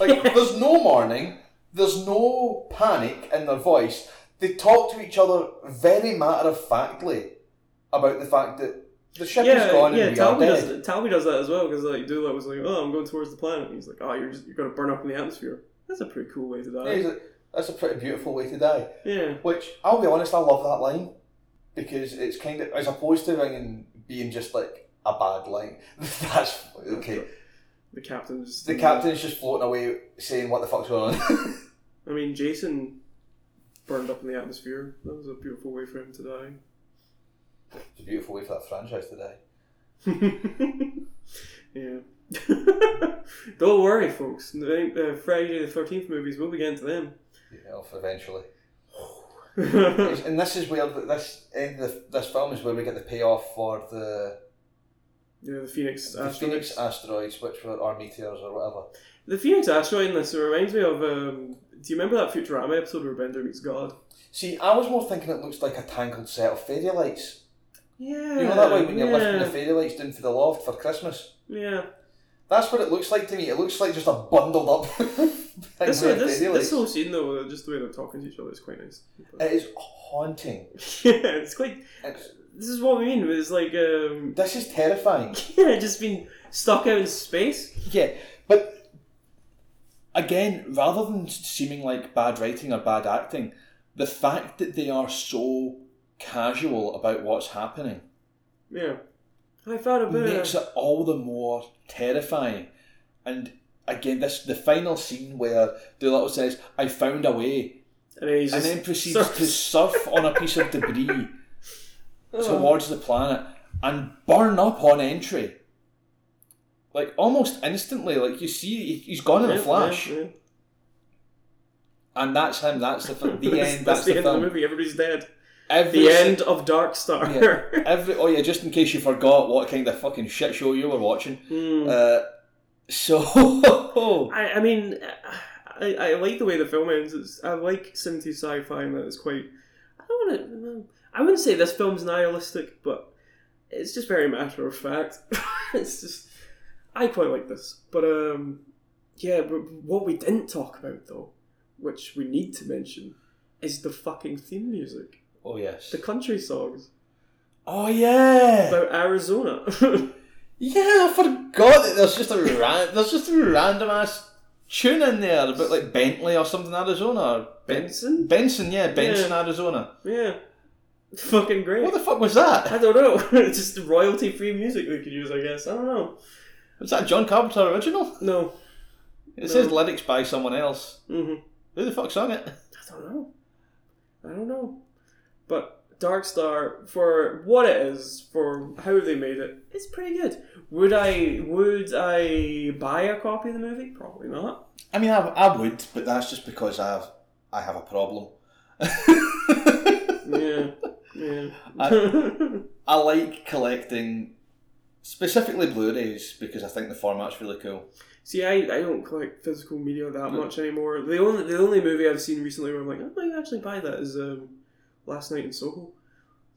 Speaker 3: Like there's no mourning, there's no panic in their voice. They talk to each other very matter of factly about the fact that the ship is
Speaker 1: yeah,
Speaker 3: gone
Speaker 1: yeah.
Speaker 3: and we are
Speaker 1: Talby does,
Speaker 3: dead.
Speaker 1: Talby does that as well because like Doolittle was like, "Oh, I'm going towards the planet." And he's like, "Oh, you're just, you're gonna burn up in the atmosphere." That's a pretty cool way to
Speaker 3: Yeah, he's
Speaker 1: die.
Speaker 3: like, That's a pretty beautiful way to die.
Speaker 1: Yeah,
Speaker 3: Which I'll be honest, I love that line because it's kind of as opposed to being being just like a bad line. [laughs] That's okay.
Speaker 1: the captain just
Speaker 3: The captain's just floating away saying what the fuck's going on.
Speaker 1: I mean, Jason burned up in the atmosphere. That was a beautiful way for him to die.
Speaker 3: it's a beautiful way for that franchise to die.
Speaker 1: [laughs] yeah. [laughs] Don't worry, folks. The, uh, Friday the Thirteenth movies. We'll be getting to them. [laughs]
Speaker 3: Yeah, off eventually. It's- and this is where the, this end of the, this film is where we get the payoff for the,
Speaker 1: yeah, the Phoenix
Speaker 3: the
Speaker 1: asteroid.
Speaker 3: Phoenix asteroids, which were our meteors or whatever.
Speaker 1: The Phoenix asteroid in this reminds me of. Um, do you remember that Futurama episode where Bender meets God?
Speaker 3: See, I was more thinking it looks like a tangled set of fairy lights.
Speaker 1: Yeah.
Speaker 3: you know that way when
Speaker 1: yeah,
Speaker 3: you're lifting the fairy lights down for the loft for Christmas.
Speaker 1: Yeah.
Speaker 3: That's what it looks like to me. It looks like just a bundled up. [laughs] thing
Speaker 1: This,
Speaker 3: with
Speaker 1: this,
Speaker 3: daily
Speaker 1: this
Speaker 3: lights.
Speaker 1: whole scene though, just the way they're talking to each other is quite nice.
Speaker 2: Uh,
Speaker 3: It is haunting.
Speaker 1: [laughs] yeah, it's quite.
Speaker 3: It's,
Speaker 1: This is what we mean. It's like um, [laughs]
Speaker 3: this is terrifying.
Speaker 1: yeah, just being stuck out in space.
Speaker 2: Yeah, but again, rather than seeming like bad writing or bad acting, the fact that they are so casual about what's happening
Speaker 1: Yeah. I found a bit of-
Speaker 2: makes it all the more terrifying. And again, this the final scene where Doolittle says, "I found a way,"
Speaker 1: And then, he's
Speaker 2: and
Speaker 1: just
Speaker 2: then proceeds
Speaker 1: surf-
Speaker 2: to surf on a piece of
Speaker 1: [laughs]
Speaker 2: debris
Speaker 1: Oh.
Speaker 2: towards the planet and burn up on entry. Like almost instantly, like you see, he- he's gone in
Speaker 1: Yeah,
Speaker 2: a
Speaker 1: yeah,
Speaker 2: flash.
Speaker 1: yeah.
Speaker 2: and that's him. That's the fi- the
Speaker 1: [laughs] That's-
Speaker 2: end.
Speaker 1: That's,
Speaker 2: That's,
Speaker 1: the, end
Speaker 2: film.
Speaker 1: of the movie. Everybody's dead.
Speaker 2: Every
Speaker 1: The
Speaker 2: si-
Speaker 1: end of Dark Star.
Speaker 2: Yeah. Every oh yeah, just in case you forgot what kind of fucking shit show you were watching.
Speaker 1: [laughs] Hmm.
Speaker 2: Uh, [laughs] oh so
Speaker 1: I, I mean, I, I like the way the film ends. It's, I like 70s sci fi, and that is quite. I don't want to. I wouldn't say this film's nihilistic, but it's just very matter of fact. [laughs] it's just. I quite like this. But, um, yeah, but what we didn't talk about, though, which we need to mention, is the fucking theme music.
Speaker 2: oh yes.
Speaker 1: The country songs
Speaker 2: Oh yeah.
Speaker 1: about Arizona. [laughs]
Speaker 2: yeah, I forgot that there's just a ran- there's just a random ass tune in there about like Bentley or something Arizona. or Ben-
Speaker 1: Benson?
Speaker 2: Benson, yeah, Benson, Arizona.
Speaker 1: Yeah. Fucking great.
Speaker 2: What the fuck was that?
Speaker 1: I don't know. [laughs] It's just royalty free music we could use, I guess. I don't know.
Speaker 2: Was that a John Carpenter original?
Speaker 1: No.
Speaker 2: It says lyrics by someone else.
Speaker 1: hmm
Speaker 2: Who the fuck sung it?
Speaker 1: I don't know. I don't know. But Dark Star, for what it is, for how they made it, it's pretty good. Would I would I buy a copy of the movie? Probably not.
Speaker 2: I mean, I, I would, but that's just because I have I have a problem. [laughs]
Speaker 1: Yeah. Yeah.
Speaker 2: [laughs] I like collecting specifically Blu-rays because I think the format's really cool.
Speaker 1: [laughs] See, I, I don't collect physical media that much anymore. The only the only movie I've seen recently where I'm like, I might actually buy that is um, Last Night in Soho.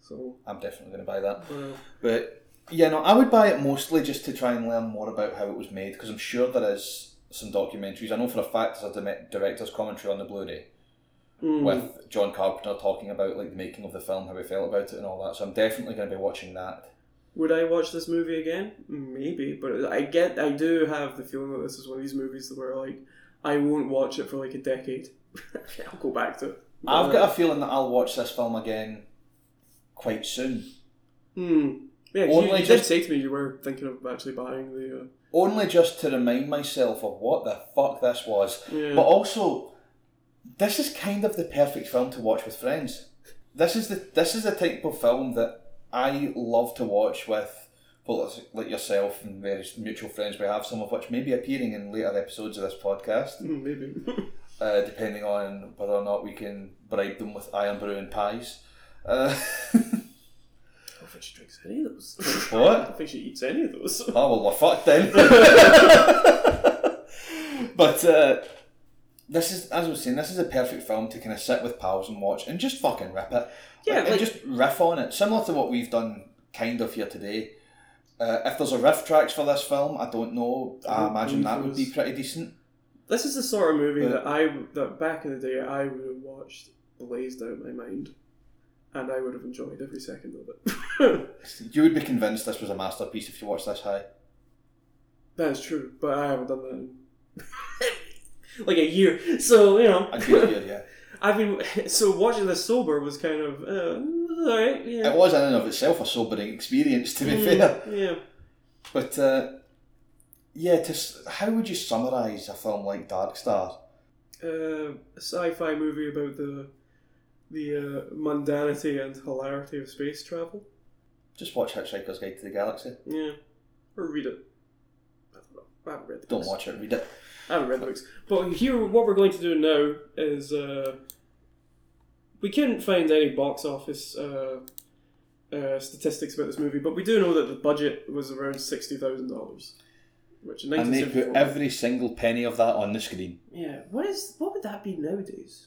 Speaker 1: So,
Speaker 2: I'm definitely going to buy that.
Speaker 1: uh,
Speaker 2: But yeah, no, I would buy it mostly just to try and learn more about how it was made because I'm sure there is some documentaries. I know for a fact there's a di- director's commentary on the Blu-ray
Speaker 1: mm.
Speaker 2: with John Carpenter talking about like the making of the film, how he felt about it, and all that. So I'm definitely going to be watching that.
Speaker 1: Would I watch this movie again? Maybe, but I get, I do have the feeling that this is one of these movies where like I won't watch it for like a decade. [laughs] I'll go back to. it.
Speaker 2: I've got a feeling that I'll watch this film again quite soon.
Speaker 1: Hmm. Yeah, 'cause
Speaker 2: Only
Speaker 1: you, you did
Speaker 2: just-
Speaker 1: say to me you were thinking of actually buying the. Uh, [laughs]
Speaker 2: only just to remind myself of what the fuck this was.
Speaker 1: Yeah.
Speaker 2: But also, this is kind of the perfect film to watch with friends. This is the this is the type of film that I love to watch with people like yourself and various mutual friends we have, some of which may be appearing in later episodes of this podcast,
Speaker 1: hmm,
Speaker 2: [laughs]
Speaker 1: maybe.
Speaker 2: uh, depending on whether or not we can bribe them with iron brew and pies. Uh, [laughs]
Speaker 1: any of those. I
Speaker 2: What?
Speaker 1: don't think she eats any of those. [laughs]
Speaker 2: Oh well, we're fucked then. [laughs] but uh, this is, as I was saying, this is a perfect film to kind of sit with pals and watch and just fucking rip it.
Speaker 1: Yeah,
Speaker 2: and
Speaker 1: like-
Speaker 2: just riff on it, similar to what we've done kind of here today. Uh, if there's a riff tracks for this film, I don't know. I
Speaker 1: don't
Speaker 2: imagine
Speaker 1: believe
Speaker 2: that would
Speaker 1: there
Speaker 2: be
Speaker 1: is.
Speaker 2: pretty decent.
Speaker 1: This is the sort of movie
Speaker 2: But-
Speaker 1: that I that back in the day I would have watched blazed out my mind, and I would have enjoyed every second of it. [laughs]
Speaker 2: You would be convinced this was a masterpiece if you watched this high.
Speaker 1: that is true, but I haven't done that in [laughs] like a year. So you know,
Speaker 2: I do hear you.
Speaker 1: [laughs] I've been [laughs] so watching this sober was kind of uh, all right. Yeah,
Speaker 2: It was in and of itself a sobering experience, to be
Speaker 1: Mm,
Speaker 2: fair.
Speaker 1: yeah.
Speaker 2: But uh, yeah, to, s- how would you summarise a film like Dark Star?
Speaker 1: uh, sci-fi movie about the the uh, mundanity and hilarity of space travel.
Speaker 2: Just watch Hitchhiker's Guide to the Galaxy.
Speaker 1: Yeah, or read it. I don't know. I haven't read the
Speaker 2: Don't
Speaker 1: books.
Speaker 2: watch it, read it.
Speaker 1: I haven't read the books. But here, what we're going to do now is uh, we couldn't find any box office uh, uh, statistics about this movie, but we do know that the budget was around sixty thousand dollars, which in
Speaker 2: And they
Speaker 1: nineteen
Speaker 2: put
Speaker 1: seventy-four.
Speaker 2: every single penny of that on the screen
Speaker 1: yeah, what is what would that be nowadays?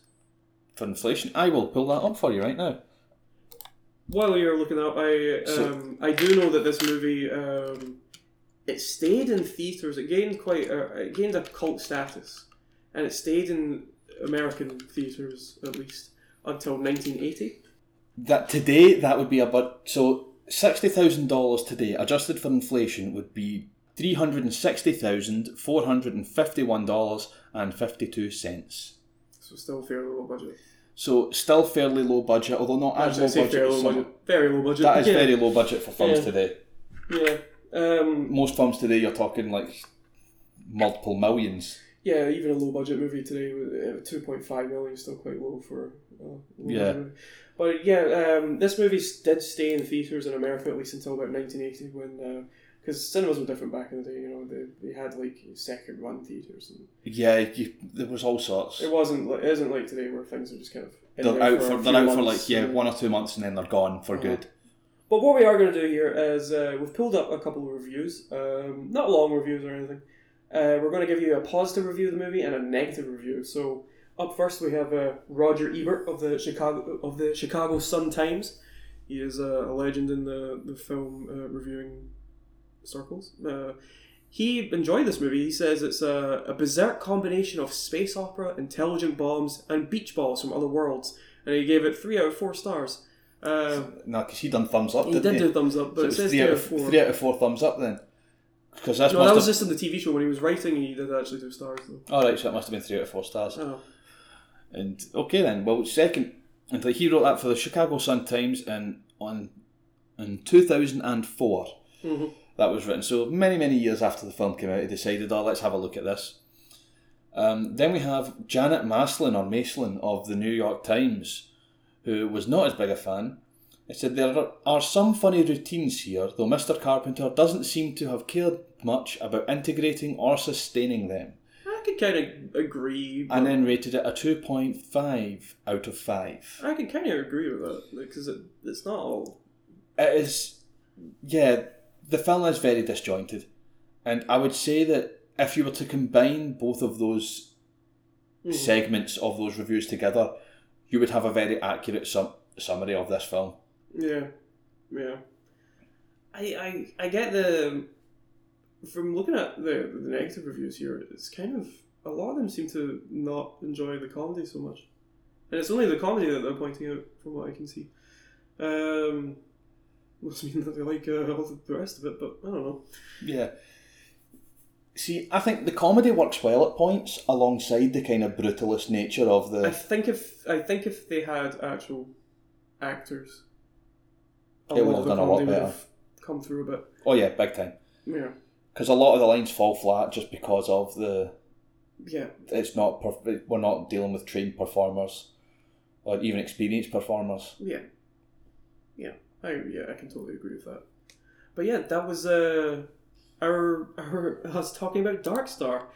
Speaker 2: for inflation. I will pull that up for you right now.
Speaker 1: While you're looking up, I
Speaker 2: So-
Speaker 1: um, I do know that this movie um, it stayed in theaters. It gained quite a, it gained a cult status, and it stayed in American theaters at least until 1980.
Speaker 2: That today that would be about so sixty thousand dollars today, adjusted for inflation, would be three hundred and sixty thousand four hundred and fifty-one dollars and fifty-two cents.
Speaker 1: So still fairly low budget.
Speaker 2: So still fairly low budget, although not as
Speaker 1: Actually,
Speaker 2: low
Speaker 1: I say
Speaker 2: budget.
Speaker 1: fairly
Speaker 2: as
Speaker 1: low
Speaker 2: some-
Speaker 1: budget. Very low budget.
Speaker 2: That is
Speaker 1: yeah.
Speaker 2: very low budget for films
Speaker 1: Yeah.
Speaker 2: today.
Speaker 1: Yeah. Um,
Speaker 2: Most films today, you're talking like multiple millions.
Speaker 1: yeah, even a low budget movie today with uh, 2.5 million is still quite low for uh, low
Speaker 2: Yeah.
Speaker 1: budget movie. But yeah, um, this movie s- did stay in theaters in America at least until about 1980 when because cinemas were different back in the day. You know, they, they had like second run theaters and
Speaker 2: Yeah, you, there was all sorts.
Speaker 1: it wasn't li- it isn't like today where things are just kind of in
Speaker 2: They're
Speaker 1: there
Speaker 2: out
Speaker 1: for a few
Speaker 2: for, they're out for
Speaker 1: months.
Speaker 2: like yeah one or two months and then they're gone for
Speaker 1: Uh-huh.
Speaker 2: good.
Speaker 1: But what we are going to do here is uh, we've pulled up a couple of reviews, um, not long reviews or anything. Uh, we're going to give you a positive review of the movie and a negative review. So up first we have uh, Roger Ebert of the Chicago of the Chicago Sun Times. He is uh, a legend in the the film uh, reviewing circles. Uh, he enjoyed this movie. He says it's a, a berserk combination of space opera, intelligent bombs, and beach balls from other worlds, and he gave it three out of four stars. Uh,
Speaker 2: No, because he done thumbs up.
Speaker 1: he
Speaker 2: didn't
Speaker 1: did
Speaker 2: he?
Speaker 1: do thumbs up, but
Speaker 2: So
Speaker 1: it
Speaker 2: it's
Speaker 1: says
Speaker 2: three, out of,
Speaker 1: four.
Speaker 2: three out of four thumbs up then. Because that's
Speaker 1: no, that was
Speaker 2: must have.
Speaker 1: just in the TV show when he was writing. He did actually do stars though.
Speaker 2: All right, so it must have been three out of four stars.
Speaker 1: Oh,
Speaker 2: And okay then, well second, and like, he wrote that for the Chicago Sun Times in on in two thousand and four.
Speaker 1: Mhm.
Speaker 2: That was written so many many years after the film came out. He decided, oh, let's have a look at this. Um, then we have Janet Maslin or Maslin of the New York Times, who was not as big a fan. It said there are- are some funny routines here, though Mr. Carpenter doesn't seem to have cared much about integrating or sustaining them
Speaker 1: I could kind of agree. But
Speaker 2: and then rated it a 2.5 out of 5.
Speaker 1: I could kind of agree with that because it, it's not all.
Speaker 2: It is, yeah, the film is very disjointed. And I would say that if you were to combine both of those
Speaker 1: Mhm.
Speaker 2: segments of those reviews together, you would have a very accurate sum- summary of this film.
Speaker 1: Yeah, yeah. I, I I get the from looking at the the negative reviews here. It's kind of a lot of them seem to not enjoy the comedy so much, and it's only the comedy that they're pointing out from what I can see. Um, [laughs] must mean that they like uh, all the rest of it, but I don't know.
Speaker 2: Yeah. See, I think the comedy works well at points alongside the kind of brutalist nature of
Speaker 1: I
Speaker 2: the.
Speaker 1: think if I think if they had actual actors,
Speaker 2: It
Speaker 1: lot
Speaker 2: would have
Speaker 1: of the
Speaker 2: done a lot
Speaker 1: comedy would
Speaker 2: better.
Speaker 1: have come through a bit.
Speaker 2: Oh, yeah, big time.
Speaker 1: Yeah,
Speaker 2: Because a lot of the lines fall flat just because of the.
Speaker 1: yeah.
Speaker 2: it's not perf- we're not dealing with trained performers or even experienced performers.
Speaker 1: Yeah. Yeah. I yeah, I can totally agree with that. But yeah, that was uh our, [laughs] our us talking about Dark Star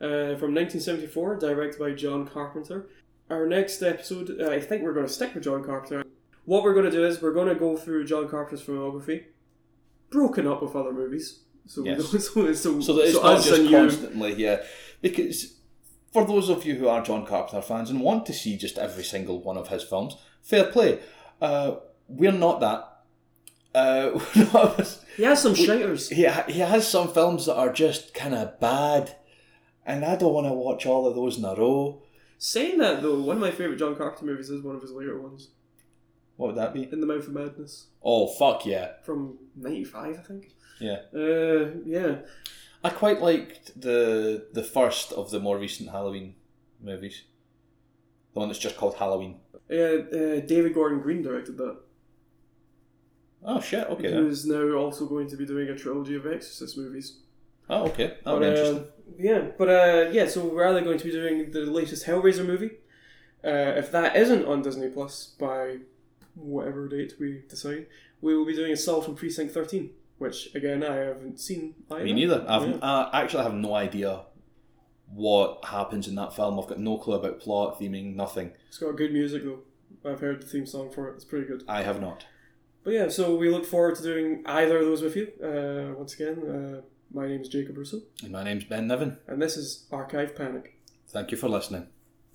Speaker 1: uh, from 1974, directed by John Carpenter. Our next episode, uh, I think we're going to stick with John Carpenter. What we're going to do is we're going to go through John Carpenter's filmography broken up with other movies. [laughs] So,
Speaker 2: Yes.
Speaker 1: we don't, so, so,
Speaker 2: So that it's
Speaker 1: so
Speaker 2: not
Speaker 1: us
Speaker 2: just
Speaker 1: and you-
Speaker 2: constantly, yeah. Because for those of you who are John Carpenter fans and want to see just every single one of his films, fair play. Uh, we're not that. Uh, [laughs] we're not-
Speaker 1: He has some shiters.
Speaker 2: he, ha- he has some films that are just kind of bad, and I don't want to watch all of those in a row.
Speaker 1: Saying that though, one of my favorite John Carpenter movies is one of his later ones,
Speaker 2: What would that be?
Speaker 1: In the Mouth of Madness
Speaker 2: Oh, fuck yeah.
Speaker 1: from '95, I think.
Speaker 2: Yeah.
Speaker 1: Uh, yeah.
Speaker 2: I quite liked the the first of the more recent Halloween movies. The one that's just called Halloween.
Speaker 1: Uh, uh, David Gordon Green directed that.
Speaker 2: Oh, shit, okay.
Speaker 1: Who is now also going to be doing a trilogy of Exorcist movies.
Speaker 2: Oh, okay. That would be
Speaker 1: But, uh,
Speaker 2: interesting.
Speaker 1: yeah, but uh, yeah, so we're either going to be doing the latest Hellraiser movie, uh, if that isn't on Disney Plus by whatever date we decide, we will be doing Assault on Precinct 13, which again I haven't seen either.
Speaker 2: Me neither. I've,
Speaker 1: Yeah.
Speaker 2: I actually have no idea what happens in that film. I've got no clue about plot, theming, nothing.
Speaker 1: It's got good music though. I've heard the theme song for it. It's pretty good.
Speaker 2: I have not.
Speaker 1: But yeah, so we look forward to doing either of those with you. Uh, once again, uh, my name is Jacob Russo,
Speaker 2: And my name's Ben Niven.
Speaker 1: and this is Archive Panic.
Speaker 2: Thank you for listening.